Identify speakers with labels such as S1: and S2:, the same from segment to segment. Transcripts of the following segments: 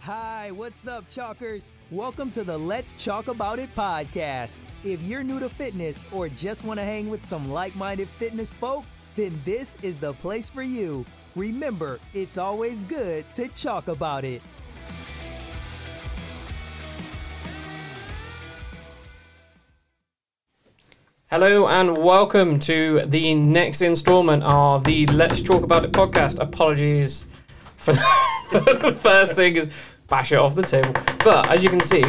S1: Hi, what's up, chalkers? Welcome to the Let's Chalk About It podcast. If you're new to fitness or just want to hang with some like minded fitness folk, then this is the place for you. Remember, it's always good to chalk about it.
S2: Hello and welcome to the next installment of the Let's Talk About It podcast. Apologies for the first thing is bash it off the table. But as you can see,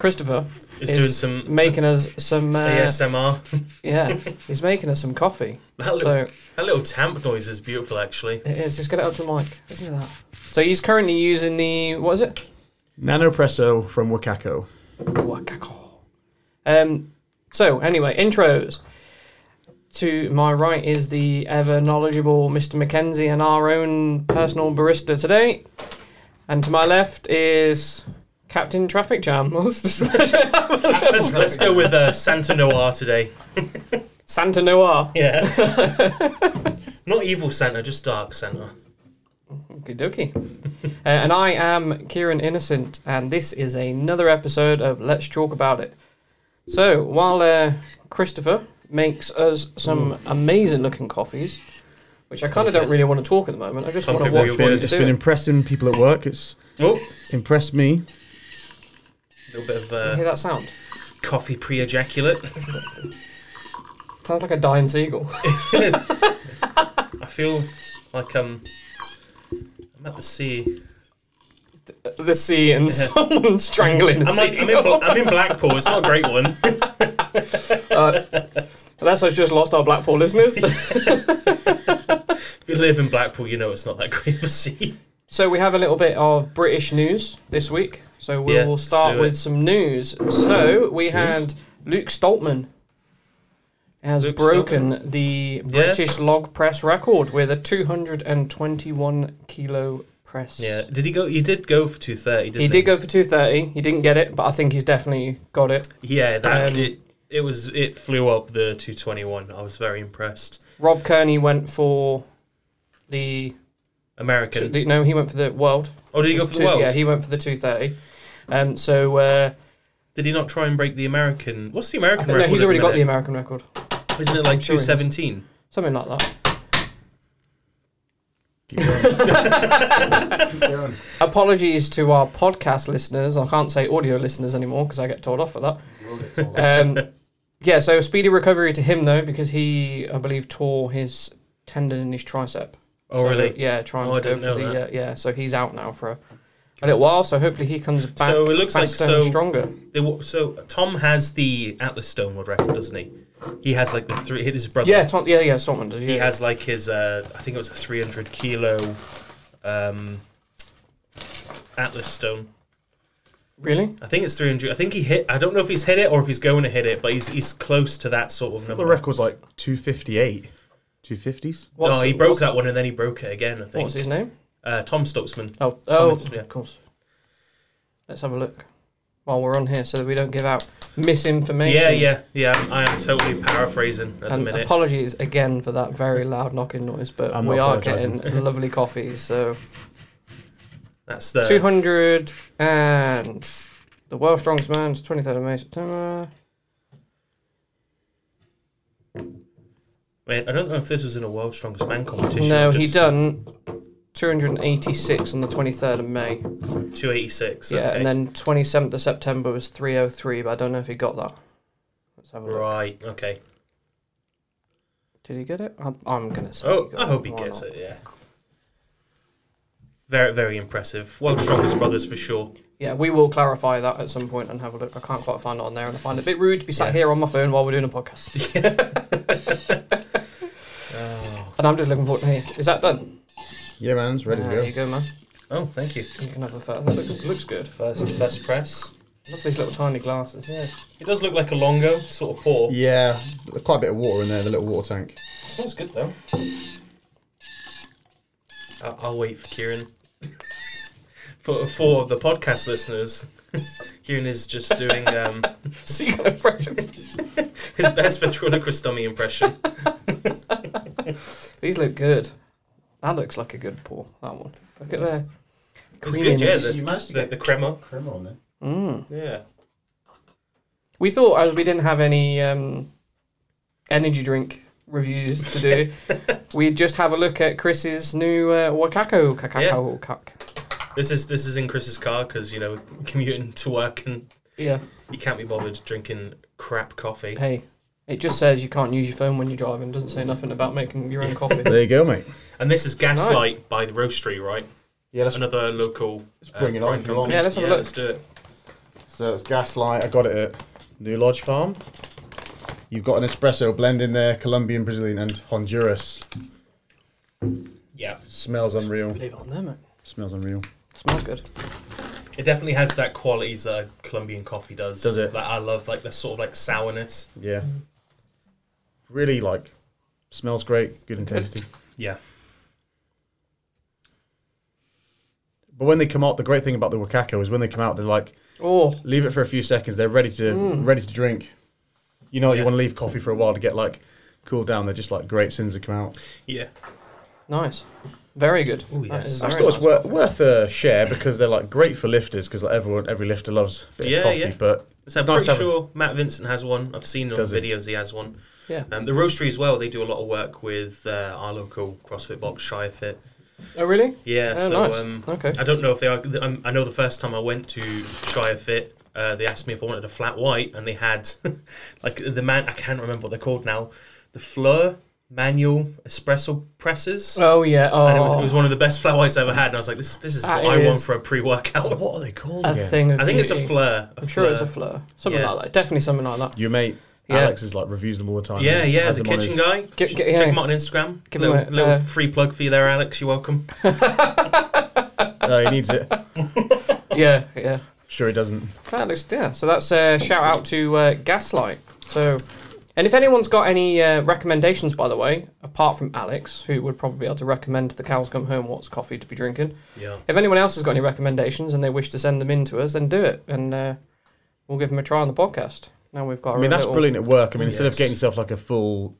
S2: Christopher
S3: He's
S2: is
S3: doing some
S2: making us some uh,
S3: ASMR.
S2: yeah, he's making us some coffee.
S3: that, little,
S2: So
S3: that little tamp noise is beautiful, actually.
S2: it is. Just get it up to the mic. Isn't it that? So he's currently using the what is it?
S4: Nanopresso from Wakako.
S2: Wakako. Um. So anyway, intros. To my right is the ever knowledgeable Mr. Mackenzie and our own personal barista today, and to my left is Captain Traffic Jam. What's the-
S3: Let's, let's go with uh, Santa Noir today.
S2: Santa Noir.
S3: Yeah. Not evil Santa, just dark Santa.
S2: Okie dokie. Uh, and I am Kieran Innocent, and this is another episode of Let's Talk About It. So, while uh, Christopher makes us some amazing looking coffees, which I kind of don't really want to talk at the moment, I just want to
S3: Something
S2: watch
S3: we
S4: Been,
S2: what
S3: wanted
S2: he's
S4: it's been
S2: doing.
S4: impressing people at work. It's
S3: Oh,
S4: impressed me.
S3: a little bit of
S2: Hear
S3: uh,
S2: that sound?
S3: coffee pre ejaculate.
S2: Sounds like a dying seagull.
S3: I feel like um, I'm at the sea.
S2: the sea and someone strangling the
S3: I'm, like, I'm,
S2: seagull.
S3: in, Bla- I'm in Blackpool, it's not a great one.
S2: Unless I've just lost our Blackpool listeners.
S3: if you live in Blackpool, you know it's not that great of a sea.
S2: So we have a little bit of British news this week. So we
S3: Yeah,
S2: will
S3: let's
S2: start
S3: do
S2: with
S3: it.
S2: some news. So we had Luke Stoltman has
S3: Luke
S2: broken the British
S3: Yes.
S2: log press record with a 221 kilo press.
S3: Yeah, did he go? He did go for 230, didn't
S2: He did go for 230. He didn't get it, but I think he's definitely got it.
S3: Yeah, that
S2: Um,
S3: it it was it flew up the 221. I was very impressed.
S2: Rob Kearney went for the
S3: American.
S2: no, he went for the world.
S3: oh, did he go for the world?
S2: Yeah, he went for the 230. Um, so uh,
S3: did he not try and break the American? What's the American
S2: I think, no,
S3: record?
S2: he's
S3: at
S2: already got the
S3: minute?
S2: American record.
S3: Isn't it like
S2: sure he has.
S3: 217?
S2: Something like that. Apologies to our podcast listeners. I can't say audio listeners anymore because I get told off for that. Um, yeah, so speedy recovery to him though because he, I believe, tore his tendon in his tricep.
S3: Oh,
S2: So,
S3: really?
S2: Yeah, trying
S3: Oh, I
S2: to go
S3: didn't
S2: for
S3: know
S2: the uh,
S3: that.
S2: yeah. So he's out now for a, a little while. So hopefully he comes back.
S3: So it looks like
S2: faster and
S3: so-
S2: stronger.
S3: They wa- so Tom has the Atlas Stonewood record, doesn't he? He has like the three. His brother.
S2: Yeah, Tom, yeah, yeah. Stortman does. Yeah,
S3: He has like his. Uh, I think it was a 300 kilo um, Atlas Stone.
S2: really.
S3: I think it's 300. I think he hit. I don't know if he's hit it or if he's going to hit it, but he's he's close to that sort of number.
S4: The record's like 258. 250s?
S3: no, he broke that one and then he broke it again. I think
S2: What's his name?
S3: uh, Tom Stokesman.
S2: Oh, oh,
S3: Thomas, yeah.
S2: of course. Let's have a look while we're on here, so that we don't give out misinformation.
S3: Yeah, yeah, yeah. I'm- I am totally paraphrasing at the
S2: And
S3: minute.
S2: apologies again for that very loud knocking noise, but
S4: I'm
S2: we
S4: not
S2: are
S4: apologising.
S2: getting lovely coffees. So
S3: That's the
S2: two hundred and the world's strongest man's twenty third of May September.
S3: Wait, I don't know if this was in a World Strongest Man competition.
S2: no,
S3: or
S2: he
S3: just
S2: done two hundred and eighty six on the twenty third of May.
S3: 286.
S2: Yeah,
S3: okay.
S2: and then twenty seventh of September was three oh three, but I don't know if he got that. Let's have a look.
S3: Right, okay.
S2: Did he get it? I'm, I'm gonna say.
S3: Oh,
S2: got
S3: I hope he
S2: Why
S3: gets
S2: not?
S3: it, yeah. Very, very impressive. World Strongest Brothers for sure.
S2: Yeah, we will clarify that at some point and have a look. I can't quite find it on there, and I find it a bit rude to be sat
S3: Yeah.
S2: here on my phone while we're doing a podcast. And I'm just looking forward. Hey, is that done? Ah,
S4: Yeah, man, it's ready
S2: there you
S4: to go.
S2: go, man.
S3: Oh, thank you.
S2: You can have the first. That looks, looks good.
S3: First, first press.
S2: Love these little tiny glasses.
S3: Yeah. It does look like a longo sort of pour.
S4: Yeah, there's quite a bit of water in there, the little water tank.
S3: smells good though. I- I'll wait for Kieran. for for the podcast listeners, Kieran is just doing um,
S2: Seagull impressions.
S3: his best ventriloquist dummy impression.
S2: These look good. That looks like a good pour. That one. Look at there.
S3: It's
S2: Cream
S3: good, yeah.
S2: in
S5: it. You
S3: The,
S5: managed to
S3: the,
S5: get-
S3: the crema.
S5: Criminal, on it.
S3: Yeah.
S2: We thought as we didn't have any um, energy drink reviews to do, we'd just have a look at Chris's new uh, Wakako Kakao Kak.
S3: This is this is in Chris's car because you know commuting to work and
S2: Yeah.
S3: you can't be bothered drinking crap coffee.
S2: Hey, it just says you can't use your phone when you're driving. Doesn't say nothing about making your own coffee.
S4: There you go, mate.
S3: And this is Gaslight by the Roastery, right?
S4: Yeah, let's,
S3: Another local.
S4: let's bring it
S3: brewing
S4: on if you
S3: company.
S4: want.
S2: Yeah, let's have a look.
S3: Let's do it.
S4: So it's Gaslight. I got it at New Lodge Farm. You've got an espresso blend in there, Colombian, Brazilian, and Honduras.
S3: Yeah,
S4: Smells unreal.
S2: Leave it on there, mate.
S4: Smells unreal.
S2: Smells good.
S3: it definitely has that quality that Colombian coffee does.
S4: Does it?
S3: Like I love like the sort of like sourness.
S4: Yeah. Really like. Smells great, good and tasty.
S3: Yeah.
S4: But when they come out, the great thing about the Wakako is when they come out, they're like
S2: Oh,
S4: leave it for a few seconds. They're ready to ready to drink. You know,
S3: Mm. Yeah.
S4: you want to leave coffee for a while to get like cool down. They're just like great as soon as they come out.
S3: Yeah.
S2: nice. Very good.
S3: Ooh,
S2: That
S3: yes.
S2: is
S4: I
S2: very
S4: just thought it's
S2: nice
S4: wor-
S2: coffee.
S4: worth a share because they're like great for lifters because like everyone every lifter loves a bit
S3: Yeah,
S4: of coffee.
S3: yeah.
S4: But
S3: So I'm
S4: nice to
S3: pretty
S4: have-
S3: sure Matt Vincent has one. I've seen on
S4: Does he?
S3: videos he has one.
S2: Yeah.
S3: Um, the roastery as well. They do a lot of work with uh, our local CrossFit box Shire Fit.
S2: Oh, really?
S3: Yeah.
S2: Oh,
S3: so
S2: nice.
S3: um,
S2: Okay.
S3: I don't know if they are. I'm- I know the first time I went to Shire Fit, uh, they asked me if I wanted a flat white, and they had like the man. I can't remember what they're called now. The Fleur manual espresso presses.
S2: Oh, yeah. Oh,
S3: And it was, it was one of the best flat whites I ever had, and I was like, "This, this is
S2: That
S3: what I want
S2: is-
S3: for a pre-workout."
S4: What are they called?
S2: Oh, a
S4: again?
S2: thing of
S3: I think it's a
S2: beauty.
S3: fleur. i
S2: I'm sure it's a fleur. Something
S3: Yeah.
S2: like that. Definitely something like that.
S4: Your mate
S2: Yeah.
S4: Alex is like reviews them all the time.
S3: Yeah,
S4: He
S3: yeah,
S4: has
S3: the
S4: them on
S3: kitchen
S4: his-
S3: guy.
S2: Get-
S3: Check
S2: get- yeah.
S3: him out on Instagram.
S2: Give him
S3: little
S2: a-
S3: little
S2: uh,
S3: free plug for you there, Alex. You're welcome.
S4: No, he needs it.
S2: yeah, yeah.
S4: Sure, he doesn't.
S2: That looks yeah. So that's a shout out to uh, Gaslight. So, and if anyone's got any uh, recommendations, by the way, apart from Alex, who would probably be able to recommend to the cows come home what's coffee to be drinking.
S3: Yeah.
S2: If anyone else has got any recommendations and they wish to send them in to us, then do it, and uh, we'll give them a try on the podcast. Now we've got.
S4: I mean, that's brilliant at work. I mean, instead of
S3: Yes.
S4: getting yourself like a full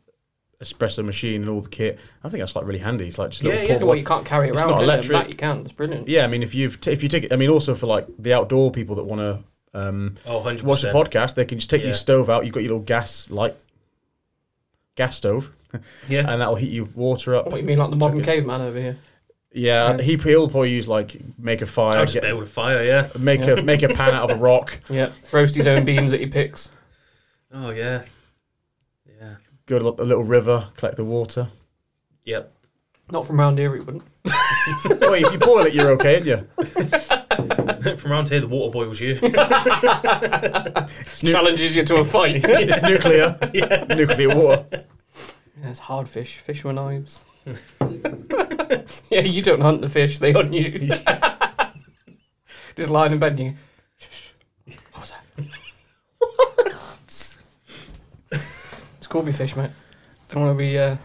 S4: espresso machine and all the kit, I think that's like really handy. It's like just a little
S3: Yeah, yeah.
S4: portable.
S2: Well, you can't carry it
S4: It's
S2: around.
S4: not
S2: can you?
S4: electric.
S2: That you can. It's brilliant.
S4: Yeah, I mean, if you have if you take it, I mean, also for like the outdoor people that want to um,
S3: Oh, 100%.
S4: watch the podcast, they can just take
S3: Yeah.
S4: your stove out. You've got your little gas light, gas stove,
S3: Yeah.
S4: and that'll heat your water up.
S2: What you mean, like the modern
S4: Check
S2: caveman over here?
S4: Yeah,
S2: Yes.
S4: he he'll probably use like make a
S3: I'll
S4: fire,
S3: just
S4: get-
S3: build a fire, yeah.
S4: make a make a pan out of a rock,
S2: Yeah, roast his own beans that he picks.
S3: Oh, yeah. Yeah.
S4: go to a little river, collect the water.
S3: Yep.
S2: Not from round here, he wouldn't.
S4: well, if you boil it, you're okay, aren't you?
S3: From around here, the water boy was you.
S4: Nu-
S2: Challenges you to a fight. yeah,
S4: It's nuclear, nuclear water.
S2: it's hard fish. Fish with knives. yeah, you don't hunt the fish; they hunt you. Just lying in bed, and you. Shh, shh. What was that? it's Corby fish, mate. Don't want to be. Uh,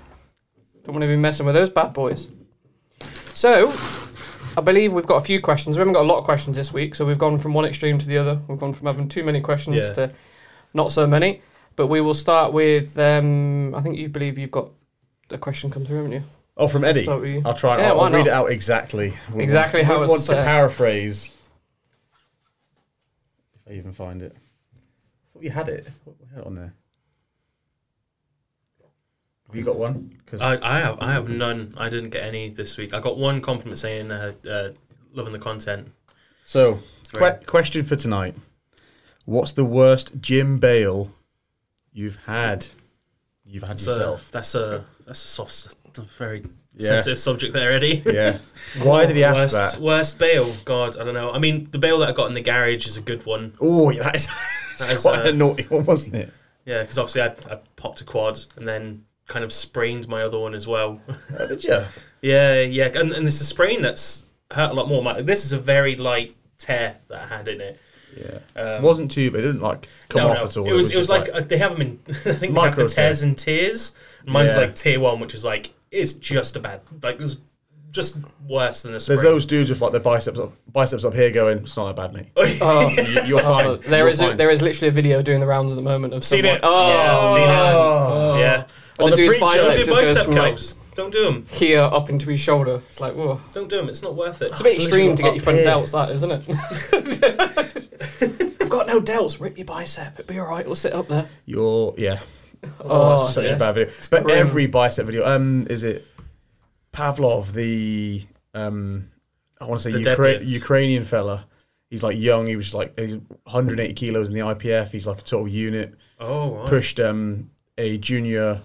S2: don't want to be messing with those bad boys. So, I believe we've got a few questions. We haven't got a lot of questions this week, so we've gone from one extreme to the other. We've gone from having too many questions
S3: Yeah.
S2: to not so many. But we will start with. Um, I think you believe you've got a question come through, haven't you?
S4: Oh, from Eddie.
S2: Start with you.
S4: I'll try.
S2: Yeah,
S4: I'll,
S2: why
S4: I'll read
S2: not?
S4: it out exactly. We
S2: Exactly
S4: want,
S2: how
S4: we
S2: it's,
S4: want to
S2: uh,
S4: paraphrase. If I even find it. I thought you had it. What we had it on there? Have you got one? Because
S3: I, I have I have none. I didn't get any this week. I got one compliment saying, uh, uh, loving the content.
S4: so
S3: great.
S4: que- question for tonight: What's the worst Jim Bale you've had? You've had
S3: So
S4: yourself.
S3: that's a that's a soft, a very
S4: Yeah.
S3: sensitive subject there, Eddie.
S4: yeah. Why did he ask
S3: worst,
S4: that?
S3: worst bail. God, I don't know. I mean, the bail that I got in the garage is a good one.
S4: Oh, that is,
S3: That is,
S4: quite
S3: uh,
S4: a naughty one, wasn't it?
S3: Yeah, because obviously I, I popped a quad and then kind of sprained my other one as well.
S4: Uh, did you?
S3: yeah, yeah, and, and it's a sprain that's hurt a lot more. My, this is a very light tear that I had in it.
S4: Yeah. wasn't too, but it didn't like come off at all.
S3: Um, It was, it was
S4: just
S3: like, uh they have them in. I think they have
S4: Micro
S3: the
S4: tear.
S3: tears and tears. Mine's
S4: Yeah.
S3: like tier one, which is like it's just about like it's just worse than a sprain.
S4: There's those dudes with like their biceps up, biceps up here going, it's not that bad, mate. you, you're fine.
S2: Oh, there
S4: You're
S2: is a,
S4: fine."
S2: there is literally a video doing the rounds at the moment of
S4: Seen
S2: someone.
S4: it.
S2: Oh,
S3: yeah, I've seen it.
S4: Oh.
S3: Yeah.
S2: But
S4: On
S2: the
S4: the
S2: dude's
S4: preacher.
S2: bicep
S3: Don't do
S2: just goes
S3: bicep
S2: from like
S3: curls. Don't do them.
S2: here up into his shoulder. It's like, whoa.
S3: Don't do them. It's not worth it.
S2: It's a bit extreme to get your front
S4: here.
S2: delts, that, isn't it? I've got no delts. Rip your bicep. It'll be all right. We'll sit up there.
S4: Your yeah.
S2: Oh,
S4: such
S2: yes.
S4: a bad video. But
S2: grim.
S4: every bicep video, um, is it Pavlov, the um, I want to say
S3: The
S4: Ukra-
S3: deadlift.
S4: Ukrainian fella. He's like young. He was just like 180 kilos in the IPF. He's like a total unit.
S3: Oh, right.
S4: Pushed um a junior,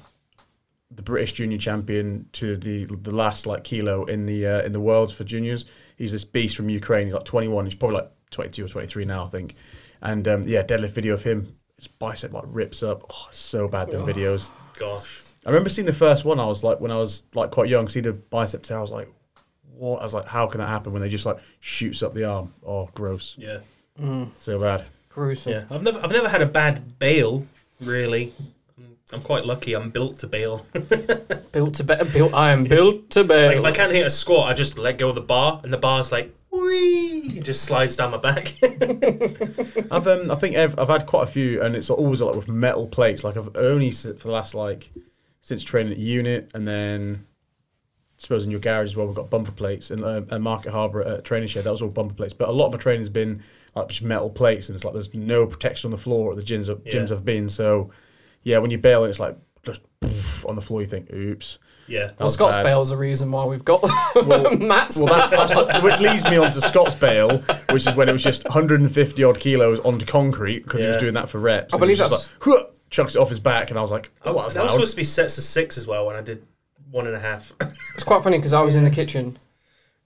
S4: the British junior champion to the the last like kilo in the uh, in the worlds for juniors. He's this beast from Ukraine. He's like 21. He's probably like 22 or 23 now, I think. And um, yeah, deadlift video of him. His bicep like rips up. Oh, it's so bad them videos.
S3: gosh.
S4: I remember seeing the first one. I was like, when I was like quite young, seeing a bicep tear. I was like, what? I was like, how can that happen when they just like shoots up the arm? Oh, gross.
S3: Yeah.
S4: So bad.
S2: gruesome.
S3: Yeah. I've never I've never had a bad bail, really. I'm- I'm quite lucky. I'm built to bail.
S2: Built to better. Built. I am built to bear.
S3: If I can't hit a squat, I just let go of the bar, and the bar's like, wee, it just slides down my back.
S4: I've um, I think I've, I've had quite a few, and it's always like with metal plates. Like I've only s- for the last like since training at unit, and then I suppose in your garage as well, we've got bumper plates and uh, and Market Harbour at training shed. That was all bumper plates, but a lot of my training's been like just metal plates, and it's like there's no protection on the floor at the gyms gyms
S3: Yeah.
S4: I've been. So yeah, when you bail, it's like just poof, on the floor. You think, oops.
S3: yeah.
S2: well, Scott's
S4: bad.
S2: bail's the reason why we've got Matt's.
S4: Well, that's, that's what, which leads me on to Scott's bail, which is when it was just 150 odd kilos onto concrete because he was
S3: Yeah.
S4: doing that for reps.
S2: I
S4: and he was
S2: believe
S4: just Like, "Whoa!" chucks it off his back, and I was like,
S3: I
S4: "Oh, that was
S3: that was
S4: loud."
S3: supposed to be sets of six as well when I did one and a half.
S2: It's quite funny because I was in the kitchen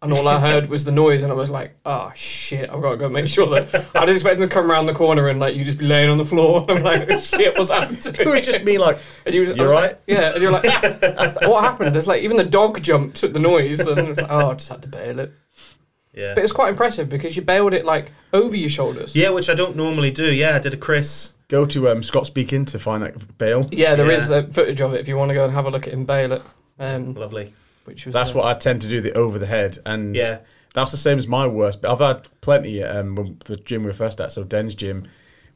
S2: and all I heard was the noise, and I was like, oh shit, I've got to go make sure that. I was expecting to come around the corner and like you just be laying on the floor. I'm like, shit, what's happened to
S4: It
S2: me?
S4: was just me like,
S2: And you was, I
S4: "You
S2: was
S4: alright?"
S2: Like, yeah, and you're like, what happened? It's like even the dog jumped at the noise, and it's like, oh, I just had to bail it.
S3: yeah.
S2: But it's quite impressive because you bailed it like over your shoulders.
S3: Yeah, which I don't normally do. Yeah, I did a Chris.
S4: Go to um, Scott speaking to find that bail.
S2: Yeah, there
S3: Yeah.
S2: is uh, footage of it if you want to go and have a look at him bail it. Um,
S3: Lovely.
S2: which was
S4: That's
S2: uh,
S4: what I tend to do the over the head, and
S3: Yeah.
S4: that's the same as my worst. But I've had plenty um, when the gym we were first at, so Den's gym,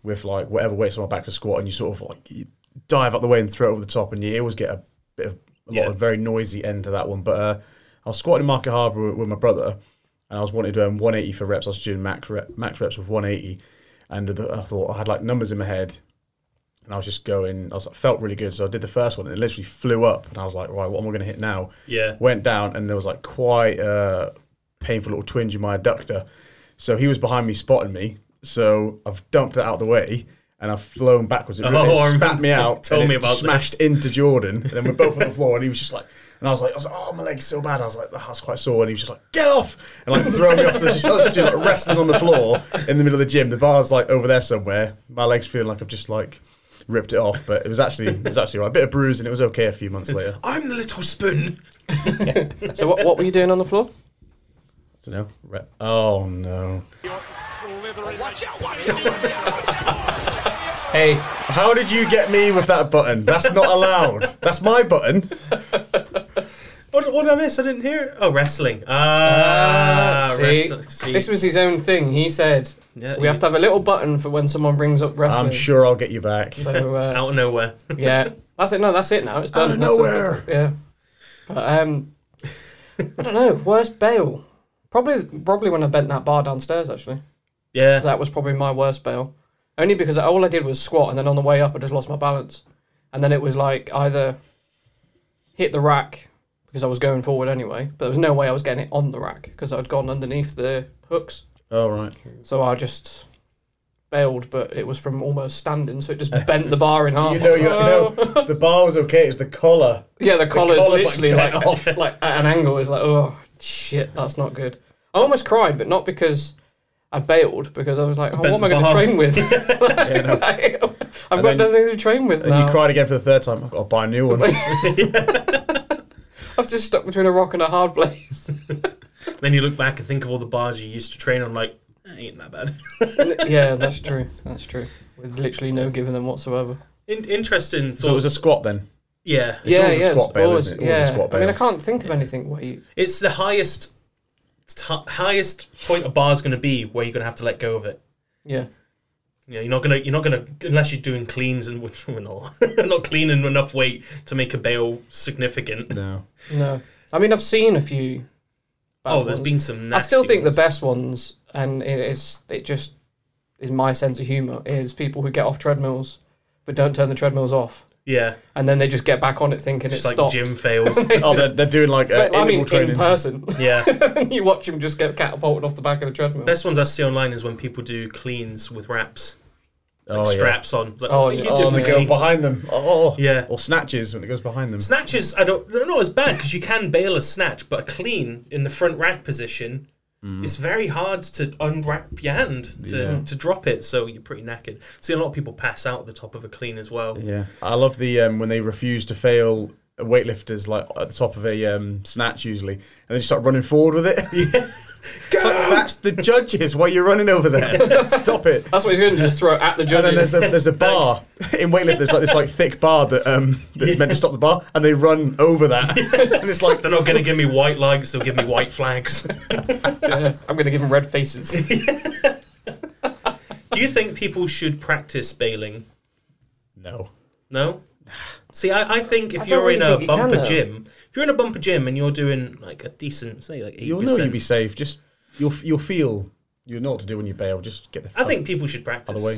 S4: with like whatever weights on my back to squat, and you sort of like you dive out the way and throw it over the top, and you always get a bit of a lot
S3: Yeah.
S4: of very noisy end to that one. But uh, I was squatting in Market Harbour with, with my brother, and I was wanting to earn 180 for reps. I was doing max rep, max reps with 180, and the, I thought I had like numbers in my head. And I was just going. I was like, felt really good, so I did the first one, and it literally flew up. And I was like, right, what am I going to hit now?
S3: Yeah.
S4: went down and there was like quite a painful little twinge in my adductor. So he was behind me spotting me. So I've dumped it out of the way and I've flown backwards. It,
S3: Oh, I
S4: it spat
S3: remember
S4: me
S3: you
S4: out.
S3: told
S4: and
S3: me
S4: it
S3: about
S4: Smashed
S3: this.
S4: into Jordan. And then we're both on the floor and he was just like, and I was like, I was like, oh, my leg's so bad. I was like, "Ah, that's quite sore. And he was just like, get off. And like throw me off. So it's just us two like wrestling on the floor in the middle of the gym. The bar's like over there somewhere. My leg's feeling like I've just like ripped it off. But it was actually, it was actually all right. A bit of bruise and it was okay a few months later.
S3: I'm the little spoon.
S2: So what, what were you doing on the floor?
S4: So no. Rep. Oh no.
S2: Hey,
S4: How did you get me with that button? That's not allowed. That's my button.
S3: What, what did I miss? I didn't hear it. Oh, wrestling. Ah,
S2: See,
S3: wrestling. See?
S2: this was his own thing. He said
S3: Yeah,
S2: we have to have a little button for when someone brings up wrestling.
S4: I'm sure I'll get you back.
S2: So uh,
S3: out of nowhere.
S2: yeah, that's it. No, that's it. Now it's done.
S4: Out of
S2: That's it.
S4: nowhere.
S2: yeah, but um, I don't know. Worst bail. Probably, probably when I bent that bar downstairs. Actually,
S3: Yeah.
S2: that was probably my worst bail. Only because all I did was squat, and then on the way up, I just lost my balance, and then it was like either hit the rack because I was going forward anyway, but there was no way I was getting it on the rack because I'd gone underneath the hooks.
S4: All right.
S2: So I just bailed, but it was from almost standing, so it just bent the bar in half.
S4: You know, you, you know, the bar was okay. It's the collar.
S2: yeah, the collar's,
S4: collar's, like,
S2: literally
S4: bent
S2: like,
S4: off.
S2: like at an angle. It's like, oh shit, that's not good. I almost cried, but not because I bailed, because I was like, oh, what am I going to
S3: bar.
S2: train with? Like, I've got
S4: then-
S2: nothing to train with
S4: And
S2: now.
S4: you cried again for the third time. I'll buy a new one.
S2: I've just stuck between a rock and a hard place.
S3: Then you look back and think of all the bars you used to train on, like, "Eh, ain't that bad.
S2: yeah, that's true. That's true. With literally no giving them whatsoever.
S3: In- interesting thought.
S4: so it was a squat then.
S3: yeah.
S2: yeah,
S4: always a
S2: yeah,
S4: squat bail,
S2: always-
S4: isn't it? Always a
S2: yeah. I
S4: squat
S2: mean, I
S4: bail.
S2: can't think of anything where you
S3: It's the highest t- highest point a bar's going to be where you're going to have to let go of it.
S2: Yeah.
S3: You know, you're not gonna, you're not gonna, unless you're doing cleans and which we're not, we're not cleaning enough weight to make a bale significant.
S4: No.
S2: No, I mean I've seen a few. bad
S3: Oh, there's
S2: ones.
S3: been some. Nasty
S2: I still think
S3: ones.
S2: the best ones, and it is it just is my sense of humour is people who get off treadmills but don't turn the treadmills off,
S3: Yeah,
S2: and then they just get back on it thinking
S3: just
S2: it's
S3: like
S2: stopped.
S3: gym fails.
S4: Oh, they're, they're doing like uh,
S2: but, I
S4: interval
S2: mean,
S4: training.
S2: in person,
S3: yeah,
S2: you watch them just get catapulted off the back of the treadmill.
S3: best ones I see online is when people do cleans with wraps, like
S4: Oh, yeah.
S3: straps on. Like,
S2: Oh, yeah.
S3: you did
S4: Oh,
S2: Oh,
S4: they
S2: yeah.
S4: go behind them. Oh,
S3: Yeah.
S4: Or snatches when it goes behind them.
S3: Snatches, I don't know as bad because you can bail a snatch, but a clean in the front rack position, it's very hard to unwrap your hand to,
S4: Mm. Yeah.
S3: to drop it. So you're pretty knackered. See, a lot of people pass out at the top of a clean as well.
S4: Yeah, I love the um, when they refuse to fail weightlifters like at the top of a um, snatch usually, and they just start running forward with it. it's like, that's the judges. Why you're running over there? Stop it.
S2: That's what he's going to do is throw it at the
S4: And then
S2: judges.
S4: there's a there's a bar in weightlift. There's like this like thick bar that um that's meant to stop the bar, and they run over that, and it's like
S3: They're not going to give me white legs, they'll give me white flags.
S2: Yeah, I'm going to give them red faces.
S3: Do you think people should practice bailing?
S4: no.
S3: No? See, I, I think if
S2: I don't
S3: you're
S2: really
S3: in a
S2: think you can,
S3: bumper
S2: though.
S3: gym, if you're in a bumper gym and you're doing like a decent, say like 8%.
S4: You'll know you'll be safe. Just you'll you'll feel you know what to do when you bail. Just get the.
S3: I
S4: fuck
S3: think people should
S4: out
S3: practice.
S4: of the way.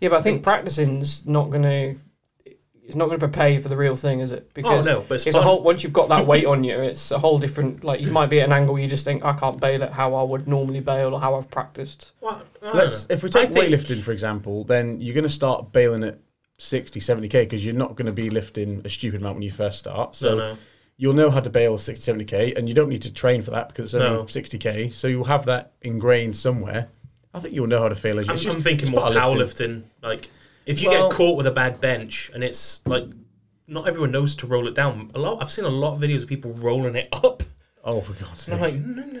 S2: yeah, but I think practicing's not going to. It's not going to prepare you for the real thing, is it?
S3: no, but it's
S2: a
S3: fun.
S2: whole. Once you've got that weight on you, it's a whole different. Like you might be at an angle where you just think, I can't bail it how I would normally bail or how I've practiced.
S3: Well, I don't
S4: Let's
S3: know.
S4: if we
S3: I
S4: take
S3: think-
S4: weightlifting for example, then you're going to start bailing at 60, 70 k because you're not going to be lifting a stupid amount when you first start. So
S3: no.
S4: you'll know how to bail 60, 70 k, and you don't need to train for that because it's
S3: No.
S4: only sixty k. So you'll have that ingrained somewhere. I think you'll know how to fail as you.
S3: I'm,
S4: it's just-
S3: I'm thinking
S4: it's
S3: more
S4: part of lifting.
S3: powerlifting. Like, if you
S4: Well-
S3: get caught with a bad bench and it's like, not everyone knows to roll it down. A lot. I've seen a lot of videos of people rolling it up.
S4: Oh, for God's
S3: And I'm
S4: sake!
S3: like, no, no,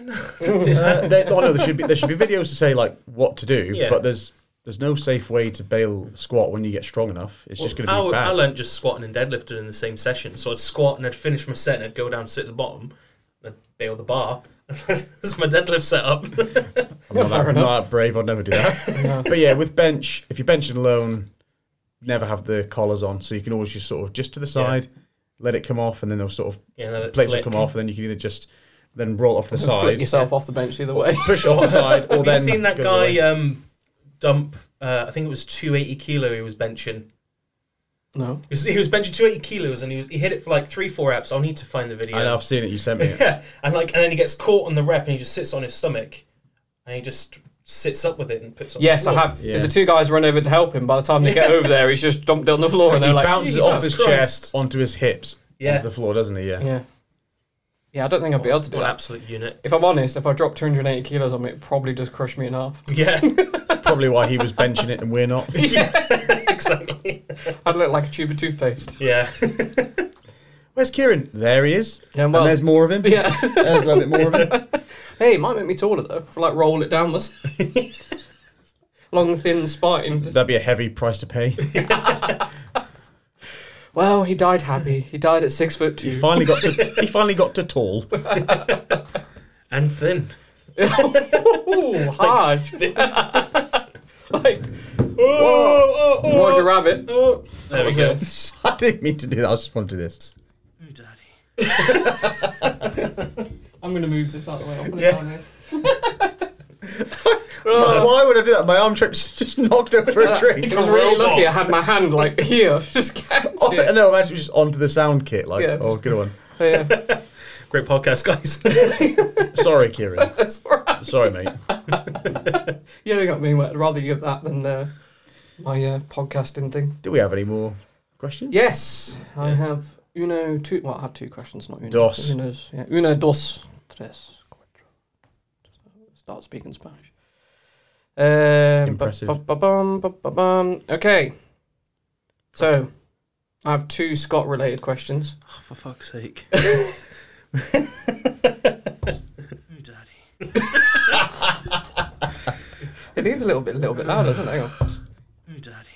S3: no.
S4: Uh, there, oh no, there should be there should be videos to say like what to do,
S3: Yeah.
S4: but there's there's no safe way to bail squat when you get strong enough. It's just going to
S3: I,
S4: be
S3: I
S4: bad.
S3: learned just squatting and deadlifting in the same session. So I'd squat and I'd finish my set and I'd go down, sit at the bottom, and I'd bail the bar. That's my deadlift setup.
S4: I'm not, that, I'm not that brave. I'd never do that. But yeah, with bench, if you're benching alone, never have the collars on, so you can always just sort of just to the side, let it come off, and then they'll sort of
S3: Yeah, and then it
S4: plates
S3: flick.
S4: will come off, and then you can either just then roll off to the
S2: Flip
S4: side,
S2: yourself off the bench either way.
S4: push off the side, or
S3: Have
S4: then
S3: you seen that
S4: go the other
S3: guy
S4: way.
S3: um, dump? Uh, I think it was 280 kilo he was benching.
S2: no.
S3: He was, he was benching 280 kilos and he, was, he hit it for like three, four reps. I'll need to find the video.
S4: I know, I've seen it. You sent me it.
S3: Yeah, and like, and then he gets caught on the rep, and he just sits on his stomach, and he just sits up with it and puts. it On
S2: Yes,
S3: the
S2: I
S3: floor.
S2: have. There's
S4: Yeah.
S2: the two guys run over to help him. By the time they get over there, he's just dumped on the floor, and
S4: He
S2: they're like,
S4: bounces
S3: Jesus
S4: off his
S3: Christ.
S4: chest onto his hips,
S3: Yeah.
S4: onto the floor, doesn't he? Yeah.
S2: "Yeah, yeah." I don't think I'd be able to do
S3: What an
S2: that.
S3: absolute unit.
S2: If I'm honest, if I dropped 280 kilos on me, it probably does crush me in half.
S3: Yeah,
S4: Probably why he was benching it and we're not.
S3: exactly.
S2: I'd look like a tube of toothpaste.
S3: Yeah,
S4: Where's Kieran? There he is.
S2: Yeah, well-
S4: and there's more of him.
S2: Yeah.
S4: There's a little bit more of him.
S2: hey, it might make me taller though. If I, like roll it downwards, long thin spine. Just-
S4: That'd be a heavy price to pay.
S2: Well, he died happy. He died at six foot
S4: He
S2: two.
S4: finally got to he finally got to tall.
S3: and thin.
S2: Ooh, harsh. like
S3: Oh, oh,
S2: Roger Rabbit.
S3: oh. There
S2: That
S3: we
S2: was
S3: go.
S2: it.
S4: I didn't mean to do that. I just wanted to do this.
S3: Ooh, daddy.
S2: I'm gonna move this out of the way. I'll put
S4: Yeah.
S2: it down here.
S4: Why, why would I do that? My arm tripped, just knocked over a
S2: I
S4: tree.
S2: was really
S3: Robot.
S2: lucky. I had my hand like here, just catch
S4: Oh,
S2: it.
S4: no, imagine just onto the sound kit. Like,
S2: Yeah,
S4: oh,
S2: just-
S4: good one.
S2: Yeah,
S3: Great podcast, guys.
S4: Sorry, Kieran.
S2: that's right.
S4: Sorry, mate.
S2: You only got me wet. I'd rather you get that than uh, my uh, podcasting thing.
S4: Do we have any more questions?
S2: Yes, I have uno two. Well, I have two questions, not uno.
S4: Dos.
S2: Uno's, yeah. Uno dos tres cuatro. Start speaking Spanish. Um, ba-
S4: Impressive.
S2: ba- ba- bum, ba- ba- bum. Okay, so I have two Scott-related questions.
S3: oh, for fuck's sake. Ooh, daddy.
S2: It needs a little bit, a little bit louder, doesn't it? Hang on.
S3: Ooh, daddy.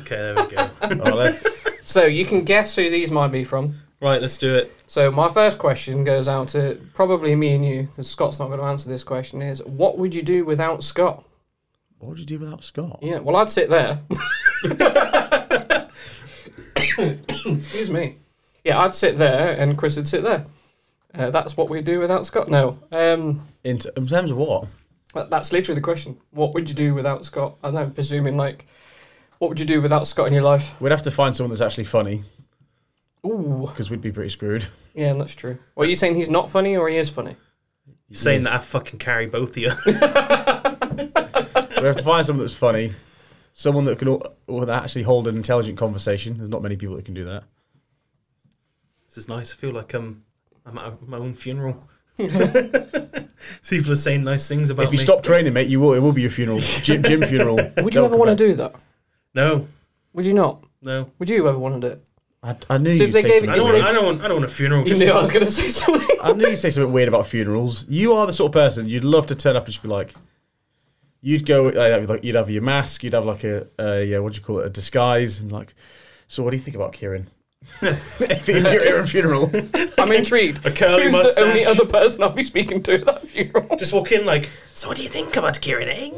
S3: Okay, there we go.
S4: Oh, let's-
S2: So you can guess who these might be from.
S3: right, let's do it.
S2: So my first question goes out to probably me and you, because Scott's not going to answer this question. Is what would you do without Scott?
S4: what would you do without Scott?
S2: Yeah, well, I'd sit there. Excuse me. Yeah, I'd sit there, and Chris would sit there. Uh, that's what we do without Scott. No, um,
S4: In, t- in terms of what?
S2: that- that's literally the question. What would you do without Scott? And I'm presuming like, what would you do without Scott in your life?
S4: We'd have to find someone that's actually funny
S2: Ooh,
S4: because we'd be pretty screwed.
S2: yeah, that's true. Well, are you saying he's not funny or he is funny?
S3: You're saying that I fucking carry both of you.
S4: we have to find someone that's funny, someone that can al- or that actually hold an intelligent conversation. There's not many people that can do that.
S3: this is nice. I feel like um, I'm at my own funeral. People are saying nice things about
S4: if you
S3: me.
S4: stop training, mate, you will. It will be your funeral, gym, gym funeral.
S2: Would you ever want to do that?
S3: No,
S2: Would you not?
S3: no.
S2: Would you ever want to do it?
S4: I, I knew
S2: So if
S4: you'd
S2: they
S4: say
S2: gave-
S3: I
S4: something.
S3: don't,
S2: If they-
S3: want, I don't want. I don't want a funeral.
S2: You
S3: Just
S2: knew I
S3: want-
S2: was going to say something.
S4: I knew you'd say something weird about funerals. You are the sort of person you'd love to turn up and just be like, you'd go like, that with, like you'd have your mask, you'd have like a uh, yeah, what do you call it, a disguise, and like, so what do you think about Kieran? if you're at a funeral,
S2: I'm intrigued.
S3: A curly
S2: Who's
S3: mustache.
S2: the only other person I'll be speaking to at that funeral?
S3: Just walk in like. So what do you think about Kieran? eh?"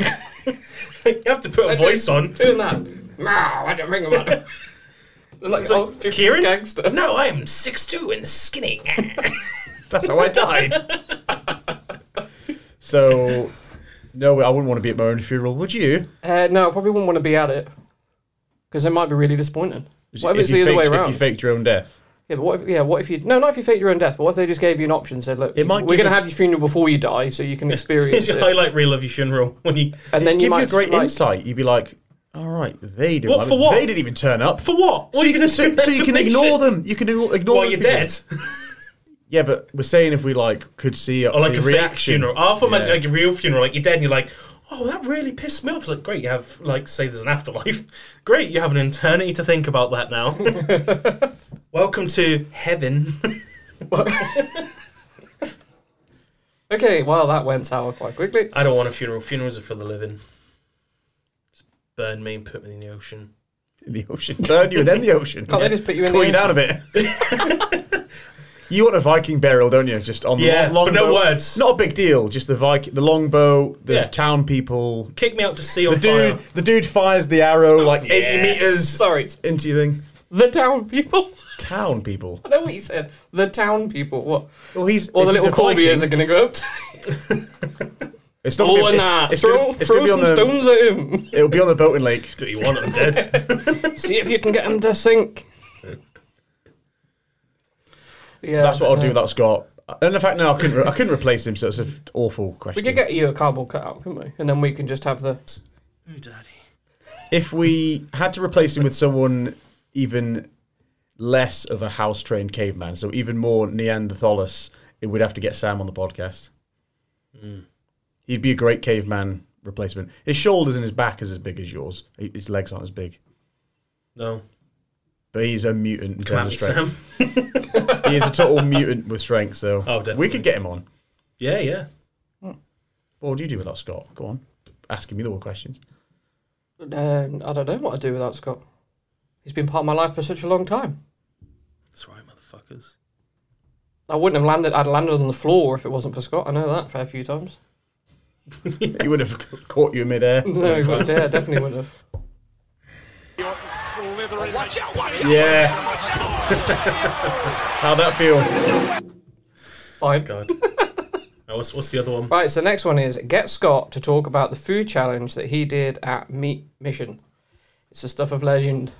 S3: Yeah." you have to put a voice on.
S2: Doing that. Wow, I don't ring about it. They're like, oh, 50s
S3: Kieran?
S2: gangster.
S3: No, I'm six two and skinny.
S4: that's how I died. so, no, I wouldn't want to be at my own funeral. Would you?
S2: Uh, no, I probably wouldn't want to be at it. Because it might be really disappointing. What if, it's
S4: you
S2: the other
S4: faked-
S2: way
S4: If
S2: around?
S4: you faked your own death,
S2: yeah, but what if, yeah, what if you... No, not if you fake your own death, but what if they just gave you an option and said, look,
S4: It might
S2: we're
S4: give
S2: going to
S4: you-
S2: have your funeral before you die so you can experience
S3: It's your
S2: it.
S3: highlight reel of your funeral when you.
S2: And then you
S4: give you a
S2: might...
S4: great
S2: like,
S4: insight. You'd be like, all right, they did.
S3: What, for what?
S4: They didn't even turn up.
S3: For what? What
S4: so
S3: are you going to
S4: so,
S3: do?
S4: so you can ignore them. You can ignore
S3: While you're
S4: them people.
S3: dead,
S4: Yeah, but we're saying if we like could see
S3: or like a fake
S4: reaction.
S3: funeral. Half of
S4: Yeah.
S3: like a real funeral, like you're dead, and you're like, "Oh, that really pissed me off." It's like, great, you have like say there's an afterlife. Great, you have an eternity to think about that now. Welcome to heaven.
S2: Okay, well, that went sour quite quickly.
S3: I don't want a funeral. Funerals are for the living. Just burn me and put me in the ocean.
S4: in the ocean, burn you, and then the ocean.
S2: Can't they just put you in
S4: Cool
S2: the
S4: you down a bit. you want a Viking burial, don't you? Just on the
S3: Yeah,
S4: long, long
S3: but no
S4: boat.
S3: words.
S4: Not a big deal. Just the Viking, the longbow, the
S3: Yeah.
S4: town people.
S3: Kick me out to sea
S4: The
S3: on fire.
S4: dude, the dude fires the
S2: Oh,
S4: arrow like eighty
S3: yes.
S4: meters
S2: Sorry, it's
S4: into your thing.
S2: the town people.
S4: Town people.
S2: I know what you said. The town people. What?
S4: Well, he's
S2: All the
S4: if he's
S2: little
S4: a Viking,
S2: Corbiers are going to go up to
S4: It's not
S2: Oh,
S4: gonna be,
S2: and
S4: it's,
S2: that.
S4: it's
S2: Throw,
S4: gonna, it's
S2: throw
S4: gonna be
S2: some
S4: on the,
S2: stones at him.
S4: It'll be on the boat in lake.
S3: Do you want? I'm dead.
S2: See if you can get him to sink. Yeah, uh,
S4: So that's what I'll do
S2: yeah.
S4: without Scott. Uh, And in fact, no, I couldn't. Re- I couldn't replace him. So it's an awful
S2: We
S4: question.
S2: could get you a cardboard cutout, couldn't we? And then we can just have the.
S3: Ooh, daddy.
S4: if we had to replace him with someone even less of a house-trained caveman, so even more Neanderthalus, it would have to get Sam on the podcast.
S3: Hmm.
S4: He'd be a great caveman replacement. His shoulders and his back is as big as yours. H- His legs aren't as big,
S3: No.
S4: but he's a mutant in
S3: Come at
S4: terms
S3: me,
S4: of strength.
S3: Sam.
S4: he is a total mutant with strength. So
S3: Oh, definitely.
S4: we could get him on.
S3: Yeah, yeah.
S4: What would you do without Scott? Go on, asking me the all questions.
S2: Um, I don't know what I'd do without Scott. He's been part of my life for such a long time.
S3: That's right, motherfuckers.
S2: I wouldn't have landed. I'd landed on the floor if it wasn't for Scott. I know that for a few times.
S4: He would have c- caught you in midair.
S2: No, he wouldn't. Yeah, definitely wouldn't have.
S4: Yeah. How'd that feel?
S2: Fine.
S3: God. Now, what's, what's the other one?
S2: Right, so next one is get Scott to talk about the food challenge that he did at Meat Mission. It's the stuff of legend.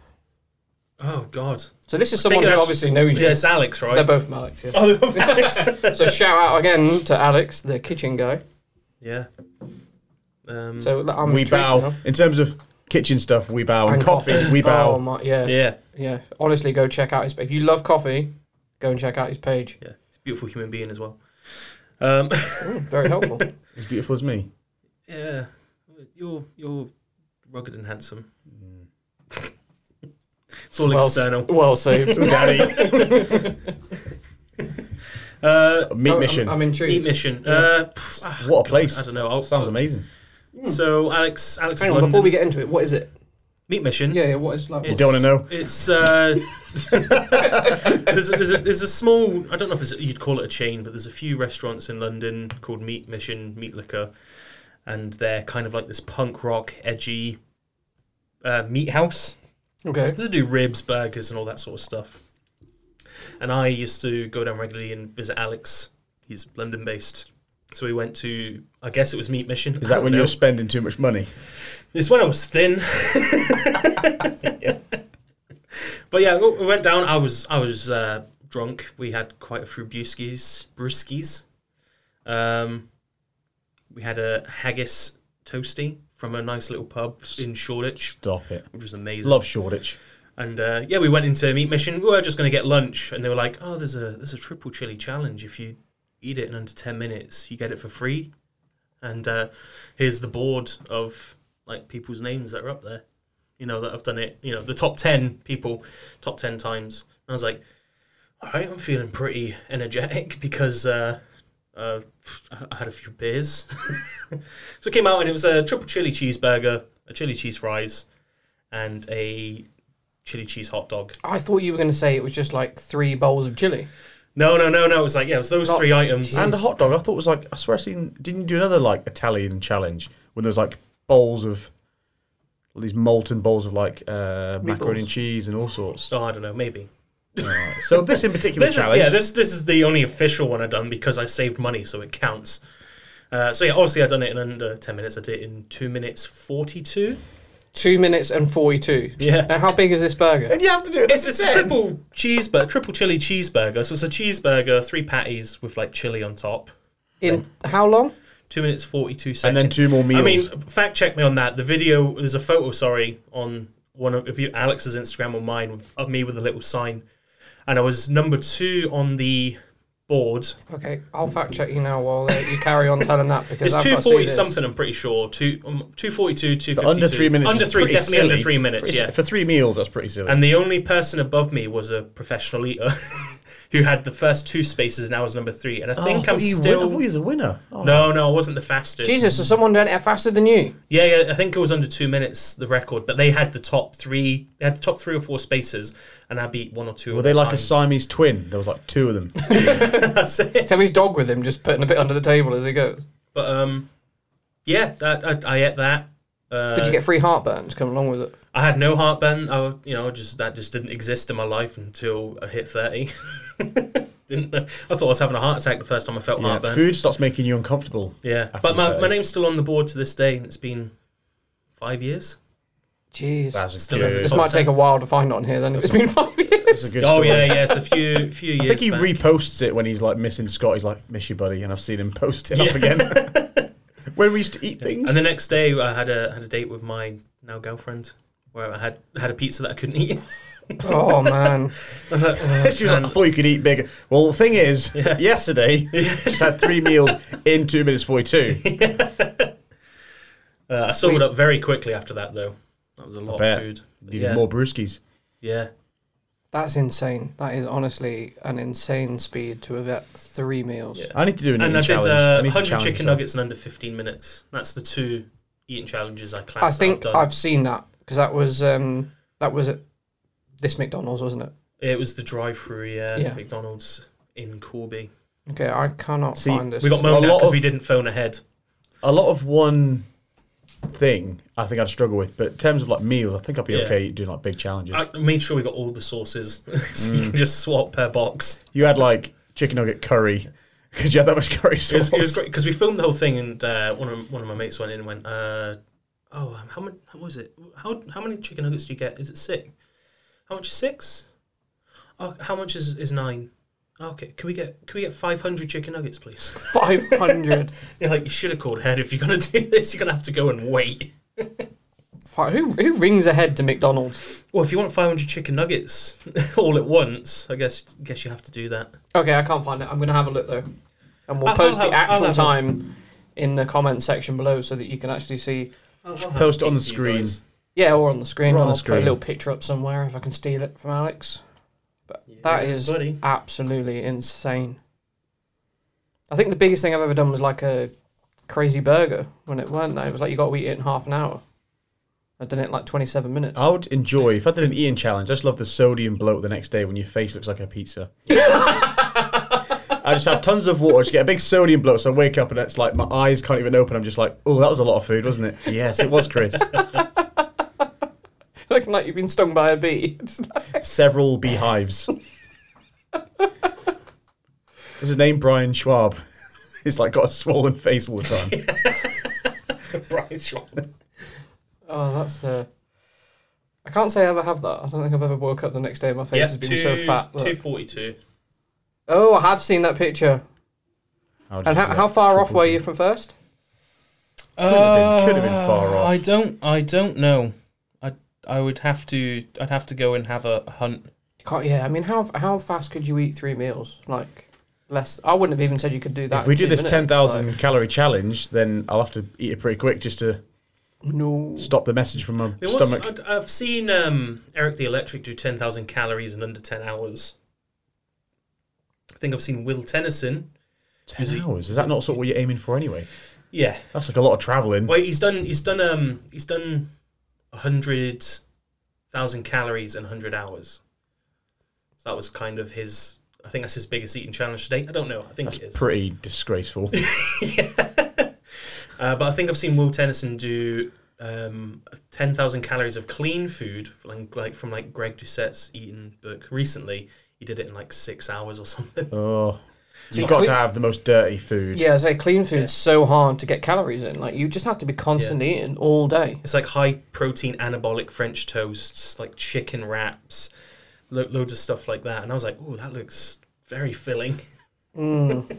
S3: Oh God.
S2: So this is someone
S3: Taking
S2: who
S3: us-
S2: obviously knows you.
S3: Yeah, it's Alex, right?
S2: They're both Alex. Yeah.
S3: Oh, they're both Alex.
S2: So shout out again to Alex, the kitchen guy.
S3: yeah. Um,
S2: So that I'm
S4: We
S2: intrigued
S4: bow.
S2: now.
S4: In terms of kitchen stuff, we bow. And
S2: And
S4: coffee, we bow.
S2: Oh my, yeah, yeah,
S3: yeah,
S2: Honestly, go check out his. If you love coffee, go and check out his page.
S3: yeah. He's a beautiful human being as well. Um,
S2: Very helpful.
S4: As beautiful as me.
S3: yeah, you're you're rugged and handsome. it's all
S2: Mm. well, s-
S3: external.
S2: well saved.
S4: Daddy.
S3: Uh,
S4: Meat
S2: I'm-
S4: mission.
S2: I'm, intrigued.
S3: meat mission. Uh, pff, ah,
S4: what a place.
S3: I don't know. I'll,
S4: Sounds amazing.
S3: so Alex, Alex.
S2: Hang
S3: is
S2: on, before
S3: London.
S2: we get into it, what is it?
S3: meat mission.
S2: Yeah, yeah what is like?
S3: You
S4: Don't want to know.
S3: It's uh, there's, a, there's, a, there's a small I don't know if it's, you'd call it a chain, but there's a few restaurants in London called Meat Mission, Meat Liquor, and they're kind of like this punk rock, edgy uh, meat house.
S2: Okay.
S3: They do ribs, burgers, and all that sort of stuff. And I used to go down regularly and visit Alex. He's London based. So we went to, I guess it was Meat Mission.
S4: Is
S3: I
S4: that
S3: don't
S4: when
S3: know.
S4: you're spending too much money?
S3: It's when I was thin. But yeah, we went down. I was I was uh, drunk. We had quite a few brewskis. Brewskis. Um, we had a haggis toasty from a nice little pub in Shoreditch,
S4: Stop it.
S3: which was amazing.
S4: Love Shoreditch.
S3: And uh, yeah, we went into a meat mission. We were just going to get lunch, and they were like, "Oh, there's a there's a triple chili challenge. If you eat it in under ten minutes, you get it for free." And uh, here's the board of like people's names that are up there, you know, that have done it. You know, the top ten people, top ten times. And I was like, "All right, I'm feeling pretty energetic because uh, uh, I I had a few beers." so it came out, and it was a triple chili cheeseburger, a chili cheese fries, and a chili cheese hot dog.
S2: I thought you were going to say it was just like three bowls of chili.
S3: No, no, no, no. It was like yeah, it was those
S2: Not-
S3: three items.
S4: And the hot dog, I thought was like, I swear I seen, didn't you do another like Italian challenge when there was like bowls of, all these molten bowls of like uh, macaroni and cheese and all sorts.
S3: oh, I don't know, maybe.
S4: So this in particular
S3: This is,
S4: challenge,
S3: yeah, this this is the only official one I've done because I saved money, so it counts. Uh, so yeah, obviously I've done it in under ten minutes. I did it in two minutes forty-two.
S2: Two minutes and 42.
S3: Yeah.
S2: Now, how big is this burger?
S4: and you have to do it.
S3: It's,
S4: It's
S3: it's a triple cheeseburger, triple chili cheeseburger. So it's a cheeseburger, three patties with like chili on top.
S2: In how long?
S3: Two minutes forty-two seconds.
S4: then two
S3: I
S4: more
S3: mean,
S4: meals.
S3: fact check me on that. The video, there's a photo, sorry, on one of if you Alex's Instagram or mine of- of me with a little sign, and I was number two on the board.
S2: Okay, I'll fact check you now while uh, you carry on telling that because
S3: It's
S2: I've
S3: two
S2: got to see
S3: forty
S2: this.
S3: something. I'm pretty sure. Two um, two forty two, two fifty two.
S4: under three minutes.
S3: Under
S4: is
S3: three,
S4: pretty
S3: definitely under
S4: silly.
S3: three minutes.
S4: Pretty-
S3: Yeah.
S4: For three meals, that's pretty silly.
S3: And the only person above me was a professional eater, who had the first two spaces, and I was number three. And I
S4: Oh, I
S3: think
S4: thought
S3: I'm
S4: you
S3: still.
S4: win- I thought you was a winner. Oh,
S3: no, no, I wasn't the fastest.
S2: Jesus, so someone done it faster than you.
S3: Yeah, yeah, I think it was under two minutes the record, but they had the top three. They had the top three or four spaces, and I beat one or two.
S4: Were they like a
S3: sign?
S4: Siamese twin? There was like two of them.
S3: That's it.
S2: So his dog with him, just putting a bit under the table as he goes.
S3: But um, yeah, that, I, I ate that. Uh,
S2: Did you get free heartburns coming along with it?
S3: I had no heartburn. I, wa- you know, just that just didn't exist in my life until I hit thirty. didn't I thought I was having a heart attack the first time I felt
S4: Yeah,
S3: heartburn.
S4: food starts making you uncomfortable.
S3: yeah,
S4: after
S3: but my,
S4: 30.
S3: my name's still on the board to this day, and it's been five years.
S2: Jeez.
S4: That's a
S3: Still
S4: good-
S3: in the
S2: this
S3: top
S2: might take a while to find on here then. if It's been five years.
S4: that's a good
S3: Oh
S4: story.
S3: yeah, yeah, it's a few few years.
S4: I think he
S3: back.
S4: reposts it when he's like missing Scott. He's like, "Miss you, buddy," and I've seen him post it up again. when we used to eat things.
S3: And the next day, I had a had a date with my now girlfriend, where I had had a pizza that I couldn't eat.
S2: Oh man.
S3: I was like, "Oh,
S4: she was like, I thought you could eat bigger. Well, the thing is, yesterday, just had three meals in two minutes 42.
S3: Uh, I sobered up very quickly after that, though. That was a lot
S4: bet.
S3: of food. But
S4: Needed
S3: yeah,
S4: more brewskis.
S3: yeah,
S2: That's insane. That is honestly an insane speed to have had three meals.
S4: I need to do an
S3: and I
S4: eating
S3: did
S4: challenge.
S3: uh,
S4: I need to
S3: 100
S4: challenge
S3: chicken
S4: myself.
S3: nuggets in under 15 minutes. That's the two eating challenges I class.
S2: I think
S3: that
S2: I've,
S3: I've done.
S2: seen that because that was um, that was at this McDonald's, wasn't it?
S3: It was the drive-through, yeah,
S2: Yeah.
S3: McDonald's in Corby.
S2: Okay, I cannot
S4: See,
S2: find this.
S3: We got
S2: one.
S3: moaned
S4: A
S3: at
S4: lot
S3: because
S4: of-
S3: we didn't phone ahead.
S4: A lot of one thing I think I'd struggle with, but in terms of like meals, I think I'd be
S3: Yeah.
S4: okay doing like big challenges.
S3: I made sure we got all the sauces, so
S4: Mm.
S3: you can just swap per box.
S4: you had like chicken nugget curry because you had that much curry
S3: It was,
S4: sauce.
S3: it was great because we filmed the whole thing, and uh, one of one of my mates went in and went, uh, "Oh, um, how many? How was it? How how many chicken nuggets do you get? Is it six? How much is six? Oh, how much is is nine? Okay, can we get can we get five hundred chicken nuggets, please?
S2: 500.
S3: You're like, you should have called ahead. If you're gonna do this, you're gonna have to go and wait.
S2: Fi- who, who rings ahead to McDonald's?
S3: Well, if you want five hundred chicken nuggets all at once, I guess guess you have to do that.
S2: Okay, I can't find it. I'm going to have a look though. And we'll
S3: I'll-
S2: post
S3: I'll
S2: the
S3: have- I'll
S2: actual
S3: have a-
S2: time in the comment section below so that you can actually see.
S4: Post it on the
S3: Thank you,
S4: screen.
S3: guys.
S2: Yeah, or on the screen.
S4: Or
S2: I'll
S4: on the
S2: put a
S4: screen.
S2: little picture up somewhere if I can steal it from Alex. But that
S3: Yeah,
S2: is
S3: buddy.
S2: absolutely insane. I think the biggest thing I've ever done was like a crazy burger when it weren't that. It was like you got to eat it in half an hour. I've done it in like 27 minutes.
S4: I would enjoy if I did an Ian challenge. I just love the sodium bloat the next day when your face looks like a pizza. I just have tons of water. Just get a big sodium bloat. So I wake up and it's like my eyes can't even open. I'm just like, oh, that was a lot of food, wasn't it? Yes, it was, Chris.
S2: Looking like you've been stung by a bee.
S4: Several beehives. What's his name? Brian Schwab. He's like got a swollen face all the time.
S3: Brian Schwab.
S2: oh, that's. Uh, I can't say I ever have that. I don't think I've ever woke up the next day. and My face has been so fat. Look.
S3: Two forty-two.
S2: Oh, I have seen that picture. And how, how far off were you from first?
S3: Could
S4: have been- could have been far off.
S3: Ah, I don't. I don't know. I. I would have to. I'd have to go and have a hunt.
S2: You can't, yeah, I mean, how how fast could you eat three meals? Like, less. I wouldn't have even said you could do that.
S4: If we
S2: in
S4: do
S2: two
S4: this
S2: minutes,
S4: ten thousand
S2: like,
S4: calorie challenge, then I'll have to eat it pretty quick just to
S2: no.
S4: stop the message from my
S3: There was,
S4: stomach.
S3: I'd, I've seen um, Eric the Electric do ten thousand calories in under ten hours. I think I've seen Will Tennyson.
S4: ten
S3: is it-
S4: hours? Is that not sort of what you're aiming for anyway?
S3: Yeah.
S4: That's like a lot of travelling.
S3: Wait, he's done. He's done. Um, he's done hundred thousand calories in hundred hours. So that was kind of his. I think that's his biggest eating challenge today. I don't know. I think
S4: That's
S3: it is.
S4: pretty disgraceful.
S3: Uh, but I think I've seen Will Tennyson do um, ten thousand calories of clean food, from, like from like Greg Doucette's eating book recently. He did it in like six hours or something.
S4: oh,
S2: See,
S4: you've got
S2: cle-
S4: to have the most dirty food.
S2: Yeah, I say clean food's so hard to get calories in. Like, you just have to be constantly eating all day.
S3: It's like high protein anabolic French toasts, like chicken wraps, lo- loads of stuff like that. And I was like, oh, that looks very filling.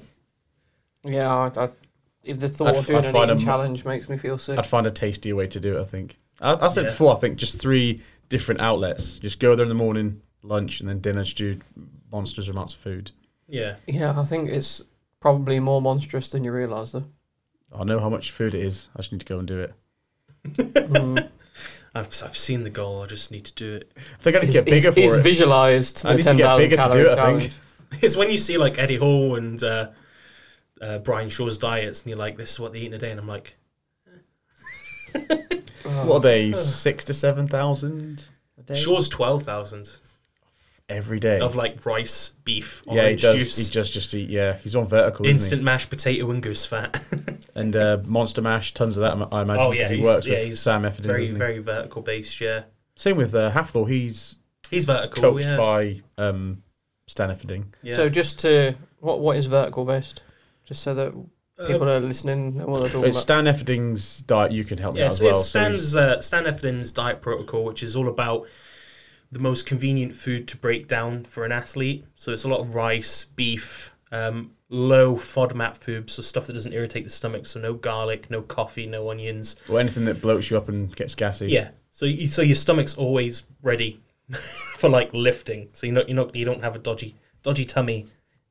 S2: Yeah, I, I, if the thought
S4: I'd-
S2: of doing
S4: I'd
S2: an
S4: find
S2: eating
S4: a mo-
S2: challenge makes me feel sick.
S4: I'd find a tastier way to do it. I think. I, I said
S3: Yeah.
S4: before. I think just three different outlets. Just go there in the morning, lunch, and then dinner. Just do monstrous amounts of food.
S3: Yeah.
S2: yeah, I think it's probably more monstrous than you realise, though.
S4: I know how much food it is. I just need to go and do it.
S3: I've, I've seen the goal. I just need to do it.
S4: I think I need to get
S2: He's-
S4: bigger for
S2: he's
S4: it.
S2: visualised
S4: I
S2: the
S4: need to get
S2: 10,000
S4: bigger to do
S2: calorie
S4: it. I
S2: challenge.
S4: think.
S3: It's when you see like Eddie Hall and uh, uh, Brian Shaw's diets, and you're like, this is what they eat in a day. And I'm like,
S4: What are they? Six to seven thousand a day.
S3: Shaw's 12,000
S4: Every day.
S3: of like rice, beef, orange
S4: yeah, he does.
S3: juice,
S4: He just just eat. Yeah, he's on vertical. isn't he?
S3: instant mashed potato and goose fat.
S4: and uh, Monster Mash, tons of that. I- I imagine.
S3: oh,
S4: 'cause
S3: yeah.
S4: he
S3: he's-
S4: works
S3: yeah,
S4: with
S3: he's
S4: Sam Efferding.
S3: Very,
S4: doesn't he?
S3: very vertical based, yeah.
S4: Same with uh, Hafthor. He's
S3: He's vertical,
S4: coached
S3: yeah.
S4: by um, Stan Efferding.
S3: yeah.
S2: So just to what what is vertical based? Just so that people
S3: Uh,
S2: are listening know what they're talking
S4: But
S2: about.
S4: Stan Efferding's diet. You can help me
S3: yeah,
S4: out as
S3: so it's
S4: well. So he's-
S3: Stan's, uh, Stan Efferding's diet protocol, which is all about the most convenient food to break down for an athlete. So it's a lot of rice, beef, um, low FODMAP food, so stuff that doesn't irritate the stomach. So no garlic, no coffee, no onions.
S4: or anything that bloats you up and gets gassy.
S3: Yeah. So you, so your stomach's always ready for like lifting. So you're not you're not you don't have a dodgy dodgy tummy.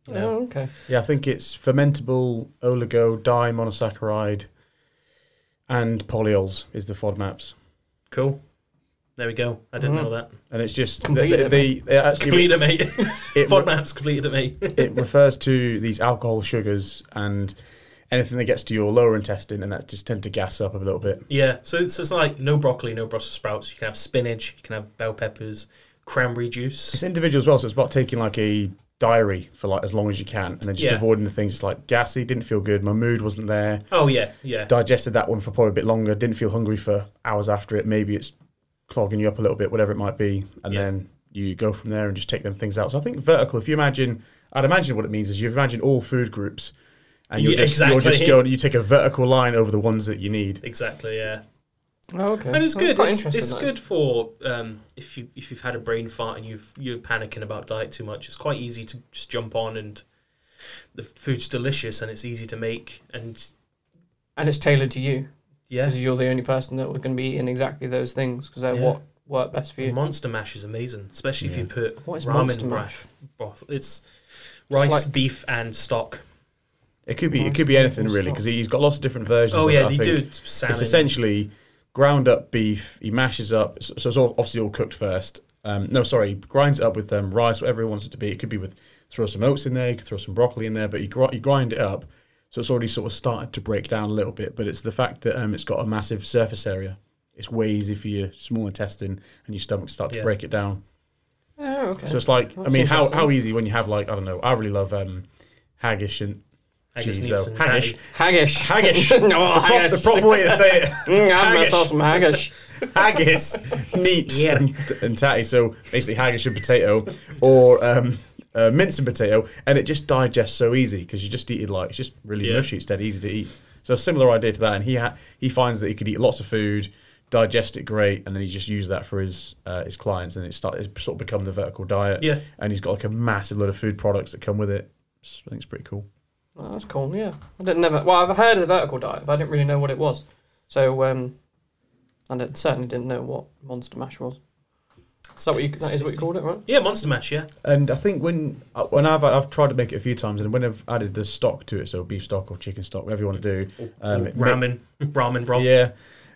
S3: You know.
S2: Oh, okay.
S4: Yeah, I think it's fermentable oligo, di monosaccharide, and polyols is the FODMAPs.
S3: Cool. There we go. I didn't know that.
S4: And it's just
S2: Complete
S4: they,
S2: it,
S4: they, they actually
S3: Completed it, mate.
S4: it-
S3: FODMAP's completed it, mate.
S4: it refers to these alcohol sugars and anything that gets to your lower intestine, and that just tend to gas up a little bit.
S3: Yeah, so it's, it's like no broccoli, no Brussels sprouts. You can have spinach, you can have bell peppers, cranberry juice.
S4: It's individual as well, so it's about taking like a diary for like as long as you can, and then just
S3: Yeah.
S4: avoiding the things. It's like gassy, didn't feel good, my mood wasn't there.
S3: Oh yeah, yeah,
S4: Digested that one for probably a bit longer, didn't feel hungry for hours after it. Maybe it's clogging you up a little bit, whatever it might be, and
S3: Yeah.
S4: then you go from there and just take them things out. So I think vertical. If you imagine, I'd imagine what it means is you imagine all food groups, and you're
S3: Yeah,
S4: just you're
S3: exactly.
S4: just going. You take a vertical line over the ones that you need.
S3: exactly. Yeah,
S2: Oh, okay.
S3: and it's
S2: Well,
S3: good.
S2: quite
S3: It's,
S2: interesting,
S3: it's
S2: that.
S3: good for um, if you if you've had a brain fart and you've you're panicking about diet too much. It's quite easy to just jump on and the food's delicious and it's easy to make and
S2: And it's tailored to you
S3: yeah,
S2: because you're the only person that was going to be eating exactly those things because they're
S3: Yeah.
S2: what work best for you.
S3: Monster Mash is amazing, especially if you put
S2: What is
S3: ramen
S2: Monster
S3: broth. broth. It's rice,
S2: like-
S3: beef, and stock.
S4: It could be it could be anything really because he's got lots of different versions.
S3: Oh
S4: of it,
S3: yeah,
S4: I
S3: they
S4: think.
S3: do salmon.
S4: It's essentially ground up beef. He mashes up, so so it's all, obviously all cooked first. Um, no, sorry, grinds it up with um, rice, whatever he wants it to be. It could be with throw some oats in there, you could throw some broccoli in there, but you, gr- you grind it up, so it's already sort of started to break down a little bit. But it's the fact that um, it's got a massive surface area. It's way easy for your small intestine and your stomach to start to
S3: Yeah.
S4: break it down.
S2: Oh, okay.
S4: So it's like, I
S2: That's
S4: mean, how,
S2: interesting.
S4: how easy when you have like I don't know. I really love um, Haggish and
S3: Haggis Oh,
S4: Jeez,
S3: needs
S4: though.
S3: some
S4: Haggish.
S3: tatty.
S2: Haggish.
S4: Haggish.
S2: no,
S4: the, prop-
S2: haggish.
S4: the proper way to say it.
S2: Mm, have myself
S4: Haggish.
S2: some haggish.
S4: haggis, neeps,
S2: Yeah.
S4: and, and tatty. So basically, haggis and potato, or um, uh, mince and potato, and it just digests so easy because you just eat it like it's just really
S3: Yeah.
S4: mushy. It's dead easy to eat. So a similar idea to that, and he ha- he finds that he could eat lots of food, digest it great, and then he just used that for his uh, his clients, and it start it's sort of become the vertical diet.
S3: Yeah.
S4: and he's got like a massive load of food products that come with it. It's- I think it's pretty cool.
S2: Oh, that's cool. Yeah, I didn't never. Well, I've heard of the vertical diet, but I didn't really know what it was. So, um, and it certainly didn't know what monster mash was. Is that what you? That is what you called it, right?
S3: Yeah, Monster Mash, yeah.
S4: And I think when uh, when I've I've tried to make it a few times, and when I've added the stock to it, so beef stock or chicken stock, whatever you want to do, um, it ma-
S3: ramen, ramen broth.
S4: yeah,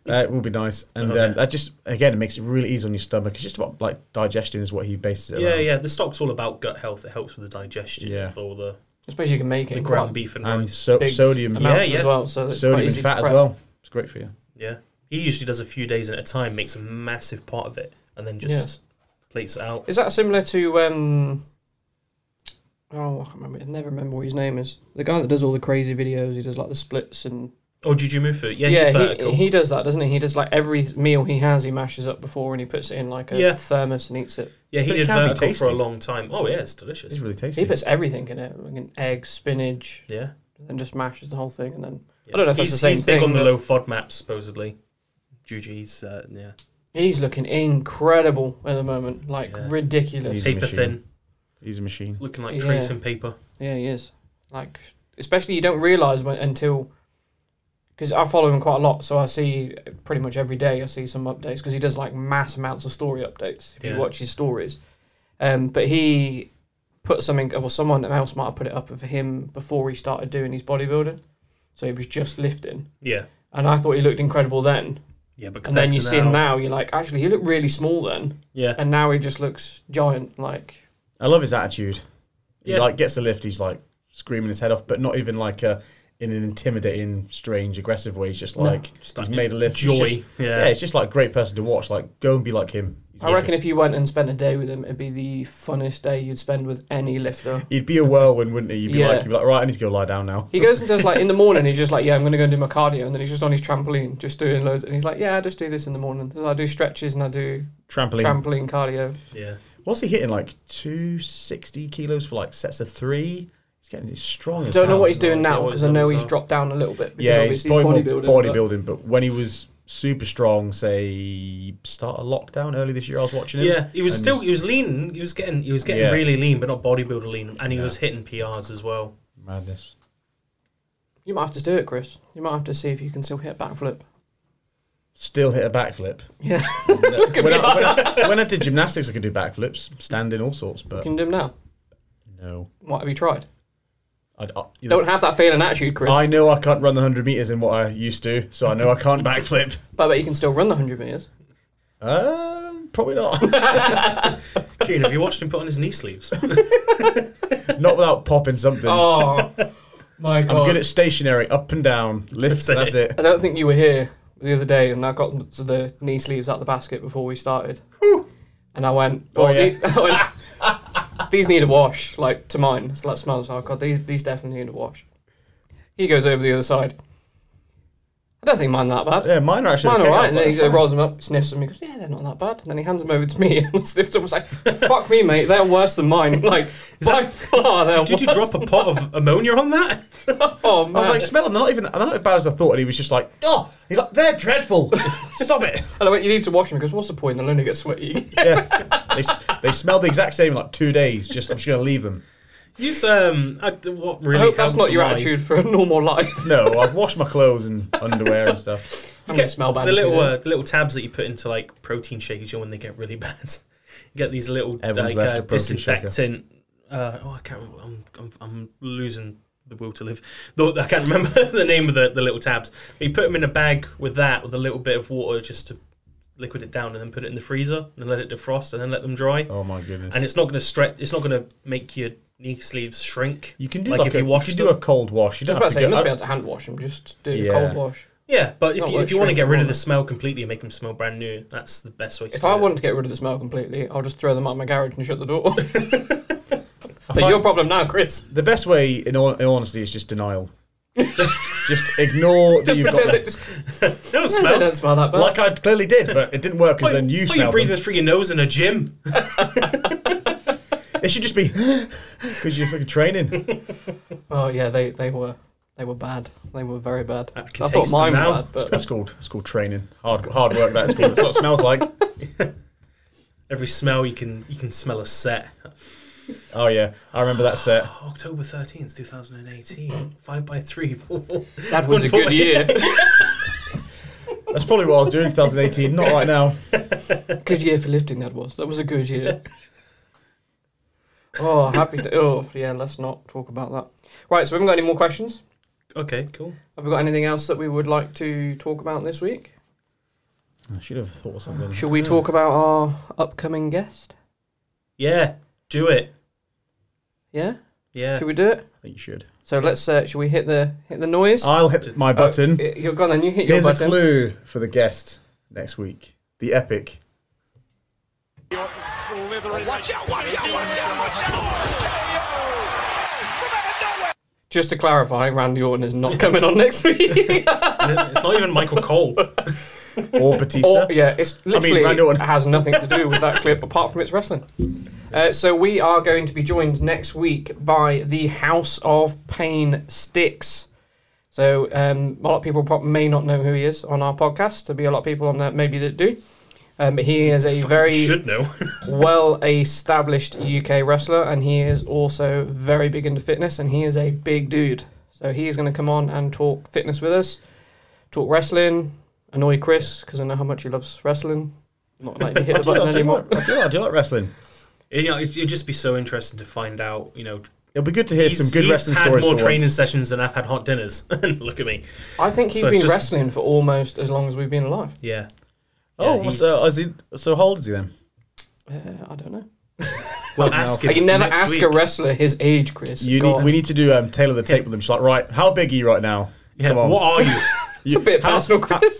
S4: uh, it will be nice. And
S3: Oh, yeah.
S4: um, that just again, it makes it really easy on your stomach. It's just about like digestion is what he bases it
S3: Yeah,
S4: around.
S3: yeah. The stock's all about gut health. It helps with the digestion
S4: Yeah.
S3: of all the,
S2: I suppose you can make it
S3: the
S2: in
S3: ground
S2: quite
S3: beef and,
S4: and
S3: rice.
S4: so-
S2: big
S4: sodium,
S3: amount.
S2: amounts
S3: Yeah,
S2: as
S3: yeah.
S2: well. So it's quite
S4: sodium and
S2: easy
S4: fat
S2: to
S4: as
S2: prep.
S4: well. It's great for you.
S3: Yeah. He usually does a few days at a time, makes a massive part of it, and then just plates it out.
S2: Is that similar to um? Oh, I can't remember. I never remember what his name is. The guy that does all the crazy videos. He does like the splits and
S3: Oh, Juju Mufu. Yeah, he's
S2: yeah,
S3: vertical.
S2: he, he does that, doesn't he? He does like every meal he has, he mashes up before and he puts it in like a
S3: Yeah.
S2: thermos and eats it.
S3: yeah, he
S4: But it
S3: did
S4: can be
S3: vertical for a
S4: tasty.
S3: long time. Oh, yeah, it's delicious.
S4: It's really tasty.
S2: He puts everything in it, like an egg, spinach,
S3: yeah.
S2: and just mashes the whole thing. And then
S3: yeah.
S2: I don't know if
S3: he's,
S2: that's the same
S3: he's big
S2: thing,
S3: on the
S2: but-
S3: low FODMAPs, supposedly. Juju's, uh, yeah.
S2: he's looking incredible at the moment, like
S3: Yeah.
S2: ridiculous.
S4: He's
S3: Paper
S4: machine.
S3: thin.
S4: He's a machine.
S3: Looking like
S2: Yeah.
S3: tracing paper.
S2: Yeah, he is. Like, especially you don't realize when until because I follow him quite a lot, so I see pretty much every day. I see some updates because he does like mass amounts of story updates. If
S3: Yeah.
S2: you watch his stories, um, but he put something, or someone else might have put it up of him before he started doing his bodybuilding. So he was just lifting,
S3: Yeah.
S2: and I thought he looked incredible then.
S3: Yeah, but
S2: And then
S3: compared
S2: you
S3: to
S2: see him now, you're like, actually, he looked really small then,
S3: Yeah.
S2: and now he just looks giant. Like,
S4: I love his attitude. He
S3: Yeah.
S4: like gets a lift. He's like screaming his head off, but not even like uh in an intimidating, strange, aggressive way. He's just like
S3: Just
S4: he's
S3: like
S4: made a lift. He's
S3: joy.
S4: just-
S3: Yeah.
S4: it's just like a great person to watch. Like go and be like him. He's
S2: I reckon
S4: wicked.
S2: if you went and spent a day with him, it'd be the funnest day you'd spend with any lifter.
S4: He'd be a whirlwind, wouldn't he? You'd be
S2: Yeah.
S4: like, you'd be like, right, I need to go lie down now.
S2: He goes and does like in the morning. He's just like, yeah, I'm gonna go and do my cardio, and then he's just on his trampoline, just doing loads. And he's like, yeah, I just do this in the morning. I do stretches and I do
S4: Trampoline.
S2: trampoline cardio.
S3: Yeah.
S4: What's he hitting? Like two sixty kilos for like sets of three. He's getting he's strong.
S2: I
S4: as
S2: don't know
S4: hell.
S2: what he's doing
S3: no,
S2: now
S3: yeah,
S2: because I know
S3: well,
S2: he's
S3: so-
S2: dropped down a little bit. Because
S4: Yeah, he's
S2: obviously he's
S4: probably
S2: bodybuilding.
S4: bodybuilding.
S2: but-
S4: Bodybuilding, but when he was super strong, say start a lockdown early this year, I was watching him.
S3: Yeah, he was
S4: And
S3: still he was lean. He was getting he was getting
S4: Yeah.
S3: really lean, but not bodybuilder lean, and he was hitting PRs as well.
S4: madness.
S2: You might have to do it, Chris. You might have to see if you can still hit a backflip.
S4: Still hit a backflip.
S2: Yeah,
S4: when, I, when, I, when I did gymnastics, I could do backflips, standing, all sorts.
S2: you
S4: But
S2: can do them now.
S4: no,
S2: What have you tried?
S4: I, I,
S2: Don't have that feeling attitude, Chris.
S4: I know I can't run the hundred meters in what I used to, so I know I can't backflip.
S2: But I bet you can still run the hundred meters.
S4: Um, probably not.
S3: Keen, have you watched him put on his knee sleeves?
S4: not without popping something.
S2: Oh my god!
S4: I'm good at stationary, up and down, lifts. that's it.
S2: I don't think you were here the other day, and I got the knee sleeves out the basket before we started, and I went,
S4: Oh,
S2: "Well,
S4: yeah.
S2: the- I went, these need a wash, like to mine." So that smells. Oh god, these these definitely need a wash. He goes over the other side. I don't think mine that bad.
S4: Yeah, mine are actually
S2: Mine
S4: okay. I
S2: alright,
S4: was
S2: and then he
S4: like,
S2: just
S4: fine.
S2: rolls them up, sniffs them, he goes, Yeah, they're not that bad. And then he hands them over to me and I sniffed them. I was like, Fuck me, mate, they're worse than mine. Like, by far, they're
S3: Did you
S2: worse.
S3: drop a pot of ammonia on that?
S2: Oh, man.
S4: I was like, smell them. They're not even. They're not as bad as I thought. And he was just like, oh, he's like, they're dreadful. Stop it.
S2: and I went, You need to wash them. He goes, What's the point? They'll only get sweaty.
S4: yeah, they, s- they smell the exact same in like two days. Just I'm just gonna leave them.
S3: Use um, I, what really?
S2: I hope that's
S3: helped
S2: not your
S3: my-
S2: attitude for a normal life.
S4: No, I've washed my clothes and underwear and stuff.
S2: I'm gonna smell bad.
S3: The
S2: in two
S3: little uh,
S2: days.
S3: the little tabs that you put into like protein shakers, you know, when they get really bad. You get these little
S4: Everyone's
S3: like
S4: left
S3: uh,
S4: a protein shaker.
S3: disinfectant. Uh, oh, I can't remember. I'm, I'm, I'm losing the will to live. Though I can't remember the name of the, the little tabs. But you put them in a bag with that, with a little bit of water just to liquid it down, and then put it in the freezer, and then let it defrost, and then let them dry.
S4: Oh my goodness.
S3: And it's not going to stretch. It's not going to make your knee sleeves shrink.
S4: you can do
S3: like,
S4: like,
S3: if
S4: a,
S3: you wash
S4: can
S3: them.
S4: do a cold wash. You
S2: I
S4: don't
S2: was about to say,
S4: have to
S2: you must be
S4: go.
S2: able to hand wash them. Just do a
S4: Yeah.
S2: cold wash.
S3: Yeah, but if
S2: Not
S3: you,
S2: like
S3: if you want
S2: shrink
S3: to get rid
S2: them,
S3: of the smell completely and make them smell brand new, that's the best way to
S2: If
S3: do
S2: I
S3: it.
S2: wanted to get rid of the smell completely, I'll just throw them out my garage and shut the door. They're your problem now, Chris.
S4: The best way, in, all, in honesty, is just denial. just ignore that
S2: Just
S4: you've got
S2: pretend that
S4: them.
S2: just,
S3: They don't
S2: they
S3: smell.
S2: don't smell that bad.
S4: Like I clearly did, but it didn't work because
S3: Why-
S4: then you
S3: why you
S4: smelled
S3: breathing
S4: them.
S3: through your nose in a gym?
S4: It should just be because you're fucking training.
S2: oh yeah, they, they were they were bad. They were very bad. I,
S3: can
S2: thought
S3: taste them
S2: mine were
S3: now.
S2: bad, but
S4: That's called that's called training. Hard hard work. That's called. That's what it smells like.
S3: Every smell you can you can smell a set. Oh,
S4: Oh yeah, I remember that set.
S3: October thirteenth, two thousand and eighteen. Five by three. Four, four.
S2: that was a good year.
S4: That's probably what I was doing in 2018. Not right now.
S2: good year for lifting. That was. That was a good year. oh, happy. To, oh yeah. Let's not talk about that. Right. So we haven't got any more questions.
S3: Okay, cool.
S2: Have we got anything else that we would like to talk about this week?
S4: I should have thought of something.
S2: Should we talk about our upcoming guest?
S3: Yeah, do it.
S2: Yeah.
S3: Yeah.
S2: Should we do it?
S4: I think you should.
S2: So let's. Uh, should we hit the hit the noise?
S4: I'll hit my button.
S2: Uh, You're gone. Then you hit your
S4: Here's
S2: button.
S4: a clue for the guest next week. The epic.
S2: Just to clarify, Randy Orton is not coming on next week.
S3: it's not even Michael Cole.
S4: Or Batista.
S2: or, yeah, it's literally
S4: Randy Orton.
S2: has nothing to do with that clip apart from its wrestling. Uh, so we are going to be joined next week by the House of Pain Sticks. So um, a lot of people prob- may not know who he is on our podcast. There'll be a lot of people on there maybe that do. Um, but he is a very
S3: Should know.
S2: well established UK wrestler, and he is also very big into fitness, and he is a big dude. So he is going to come on and talk fitness with us, talk wrestling, annoy Chris because I know how much he loves wrestling. Not like to hit the
S4: Do you
S2: button
S4: like- do you
S2: anymore.
S4: like- I do like- I do like wrestling.
S3: you know, it'd, it'd just be so interesting to find out. You know,
S4: It'll be good to hear
S3: he's,
S4: some good
S3: he's
S4: wrestling
S3: had
S4: stories.
S3: more
S4: for
S3: training
S4: once.
S3: sessions than I've had hot dinners. Look at me.
S2: I think he's
S3: So it's
S2: been
S3: just-
S2: wrestling for almost as long as we've been alive.
S3: Yeah.
S4: Oh,
S3: Yeah, he's-
S4: so, is he, so how old is he then?
S2: Uh, I don't know.
S3: well, ask
S4: now.
S3: him
S2: You never
S3: next
S2: ask
S3: week.
S2: a wrestler his age, Chris.
S4: You
S2: Go
S4: need,
S2: on.
S4: we need to do um, tailor the tape with him. She's like, right, how big are you right now?
S3: Yeah,
S4: Come on.
S3: what are you?
S2: it's a bit
S4: how,
S2: personal, Chris.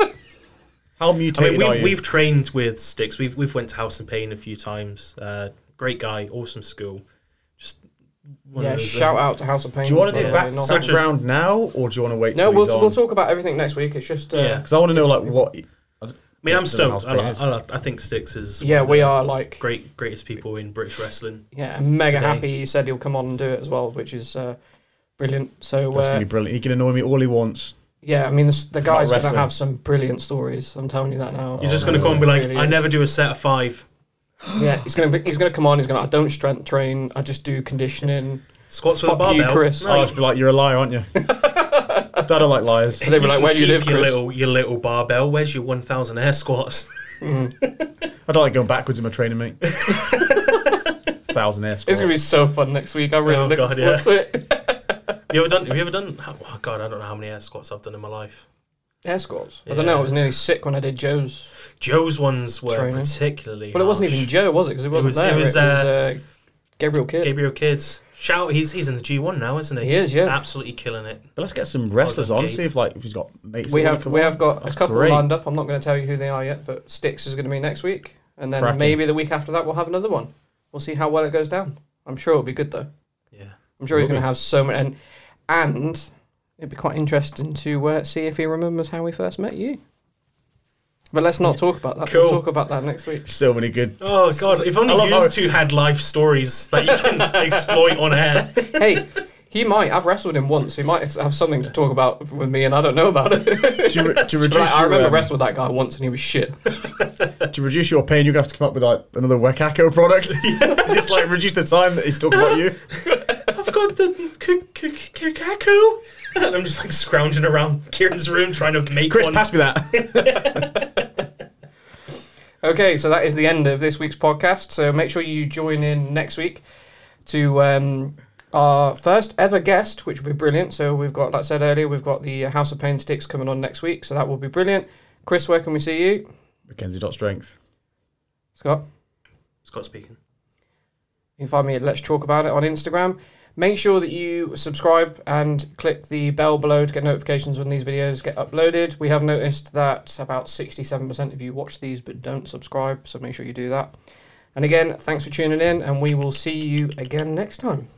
S4: How
S3: I
S4: mutated
S3: mean,
S4: are you?
S3: we've, we've trained with sticks. We've we've went to House and Pain a few times. Uh, great guy, awesome school. Just one
S2: yeah,
S3: of those,
S2: shout
S3: uh,
S2: out to House of Pain.
S4: um, do you want to do
S2: by
S4: back,
S2: the way, not-
S3: such a-
S4: background now, or do you want to wait?
S2: No,
S4: till
S2: we'll,
S4: he's
S2: we'll talk about everything next week. It's just uh,
S3: Yeah.
S4: Because I want to know, like, what.
S3: I mean, I'm
S4: Doesn't
S3: stoked.
S4: know
S3: I,
S4: how big it
S3: like,
S4: is.
S3: I, like, I think Sticks is
S2: yeah,
S3: one of
S2: we
S3: the
S2: are like
S3: great greatest people in British wrestling.
S2: Yeah, I'm mega
S3: today.
S2: happy he said he'll come on and do it as well, which is uh, brilliant. So
S4: That's
S2: uh,
S4: going to be brilliant. He can annoy me all he wants.
S2: yeah, I mean this, the guy's going to
S4: wrestling.
S2: have some brilliant stories. I'm telling you that now.
S3: He's just going to come and be like,
S2: Oh, Really
S3: "I
S2: is.
S3: never do a set of five.
S2: Yeah, he's going to he's going to come on. He's going to I don't strength train. I just do conditioning.
S3: Squats with a
S2: Fuck you,
S3: barbell."
S2: Chris.
S4: I'll just be like, you're a liar, aren't you? Dad, I like liars.
S2: But they were like,
S3: can
S2: where do you
S3: keep
S2: live,
S3: your
S2: Chris?
S3: little your little barbell. Where's your 1,000 air squats?
S4: I don't like going backwards in my training, mate. Thousand air
S2: It's going to be
S4: squats.
S2: so fun next week. I'm really
S3: Oh,
S2: looking
S3: God,
S2: forward
S3: yeah.
S2: to it.
S3: you ever done? Have you ever done? Oh God, I don't know how many air squats I've done in my life.
S2: Escorts. I don't know. I was nearly sick when I did Joe's.
S3: Joe's ones were
S2: Training.
S3: particularly.
S2: Well, it wasn't
S3: harsh.
S2: even Joe, was it? Because it wasn't
S3: was-
S2: there.
S3: it was,
S2: uh, Gabriel Kidd.
S3: Gabriel Kids. Shout, he's he's in the G1 now, isn't he?
S2: He is, yeah.
S3: Absolutely killing it.
S4: But let's get some wrestlers
S3: Well done,
S4: on.
S3: Gabe.
S4: See if like if he's got mates.
S2: We
S4: that wanna
S2: have
S4: come
S2: we
S4: on.
S2: have got
S4: That's
S2: a couple
S4: great.
S2: lined up. I'm not going to tell you who they are yet, but Sticks is going to be next week, and then
S4: Cracking.
S2: maybe the week after that we'll have another one. We'll see how well it goes down. I'm sure it'll be good though.
S3: Yeah.
S2: I'm sure he's
S4: Will
S2: going to have so many, and, and it'd be quite interesting to uh, see if he remembers how we first met you. But let's not talk about that. We'll
S3: Cool.
S2: talk about that next week.
S4: so many good.
S3: Oh God! If only
S4: I love
S3: you
S4: how-
S3: two had life stories that you can exploit on air.
S2: hey, he might. I've wrestled him once. He might have something to talk about with me, and I don't know about it.
S4: To, re- to
S2: But,
S4: reduce
S2: like, I
S4: your,
S2: remember
S4: um,
S2: wrestled that guy once, and he was shit.
S4: to reduce your pain, you're gonna have to come up with like another Wekako product to just like reduce the time that he's talking about you.
S3: I've got the kakaku, and I'm just like scrounging around Kieran's room trying to make
S4: Chris,
S3: one.
S4: pass me that.
S2: Okay, so that is the end of this week's podcast. So make sure you join in next week to um, our first ever guest, which will be brilliant. So we've got, like I said earlier, we've got the House of Pain Sticks coming on next week. So that will be brilliant. Chris, where can we see you?
S4: Mackenzie dot strength.
S2: Scott,
S3: Scott speaking.
S2: you can find me at Let's Talk About It on Instagram. Make sure that you subscribe and click the bell below to get notifications when these videos get uploaded. We have noticed that about 67% of you watch these but don't subscribe, so make sure you do that. And again, thanks for tuning in, and we will see you again next time.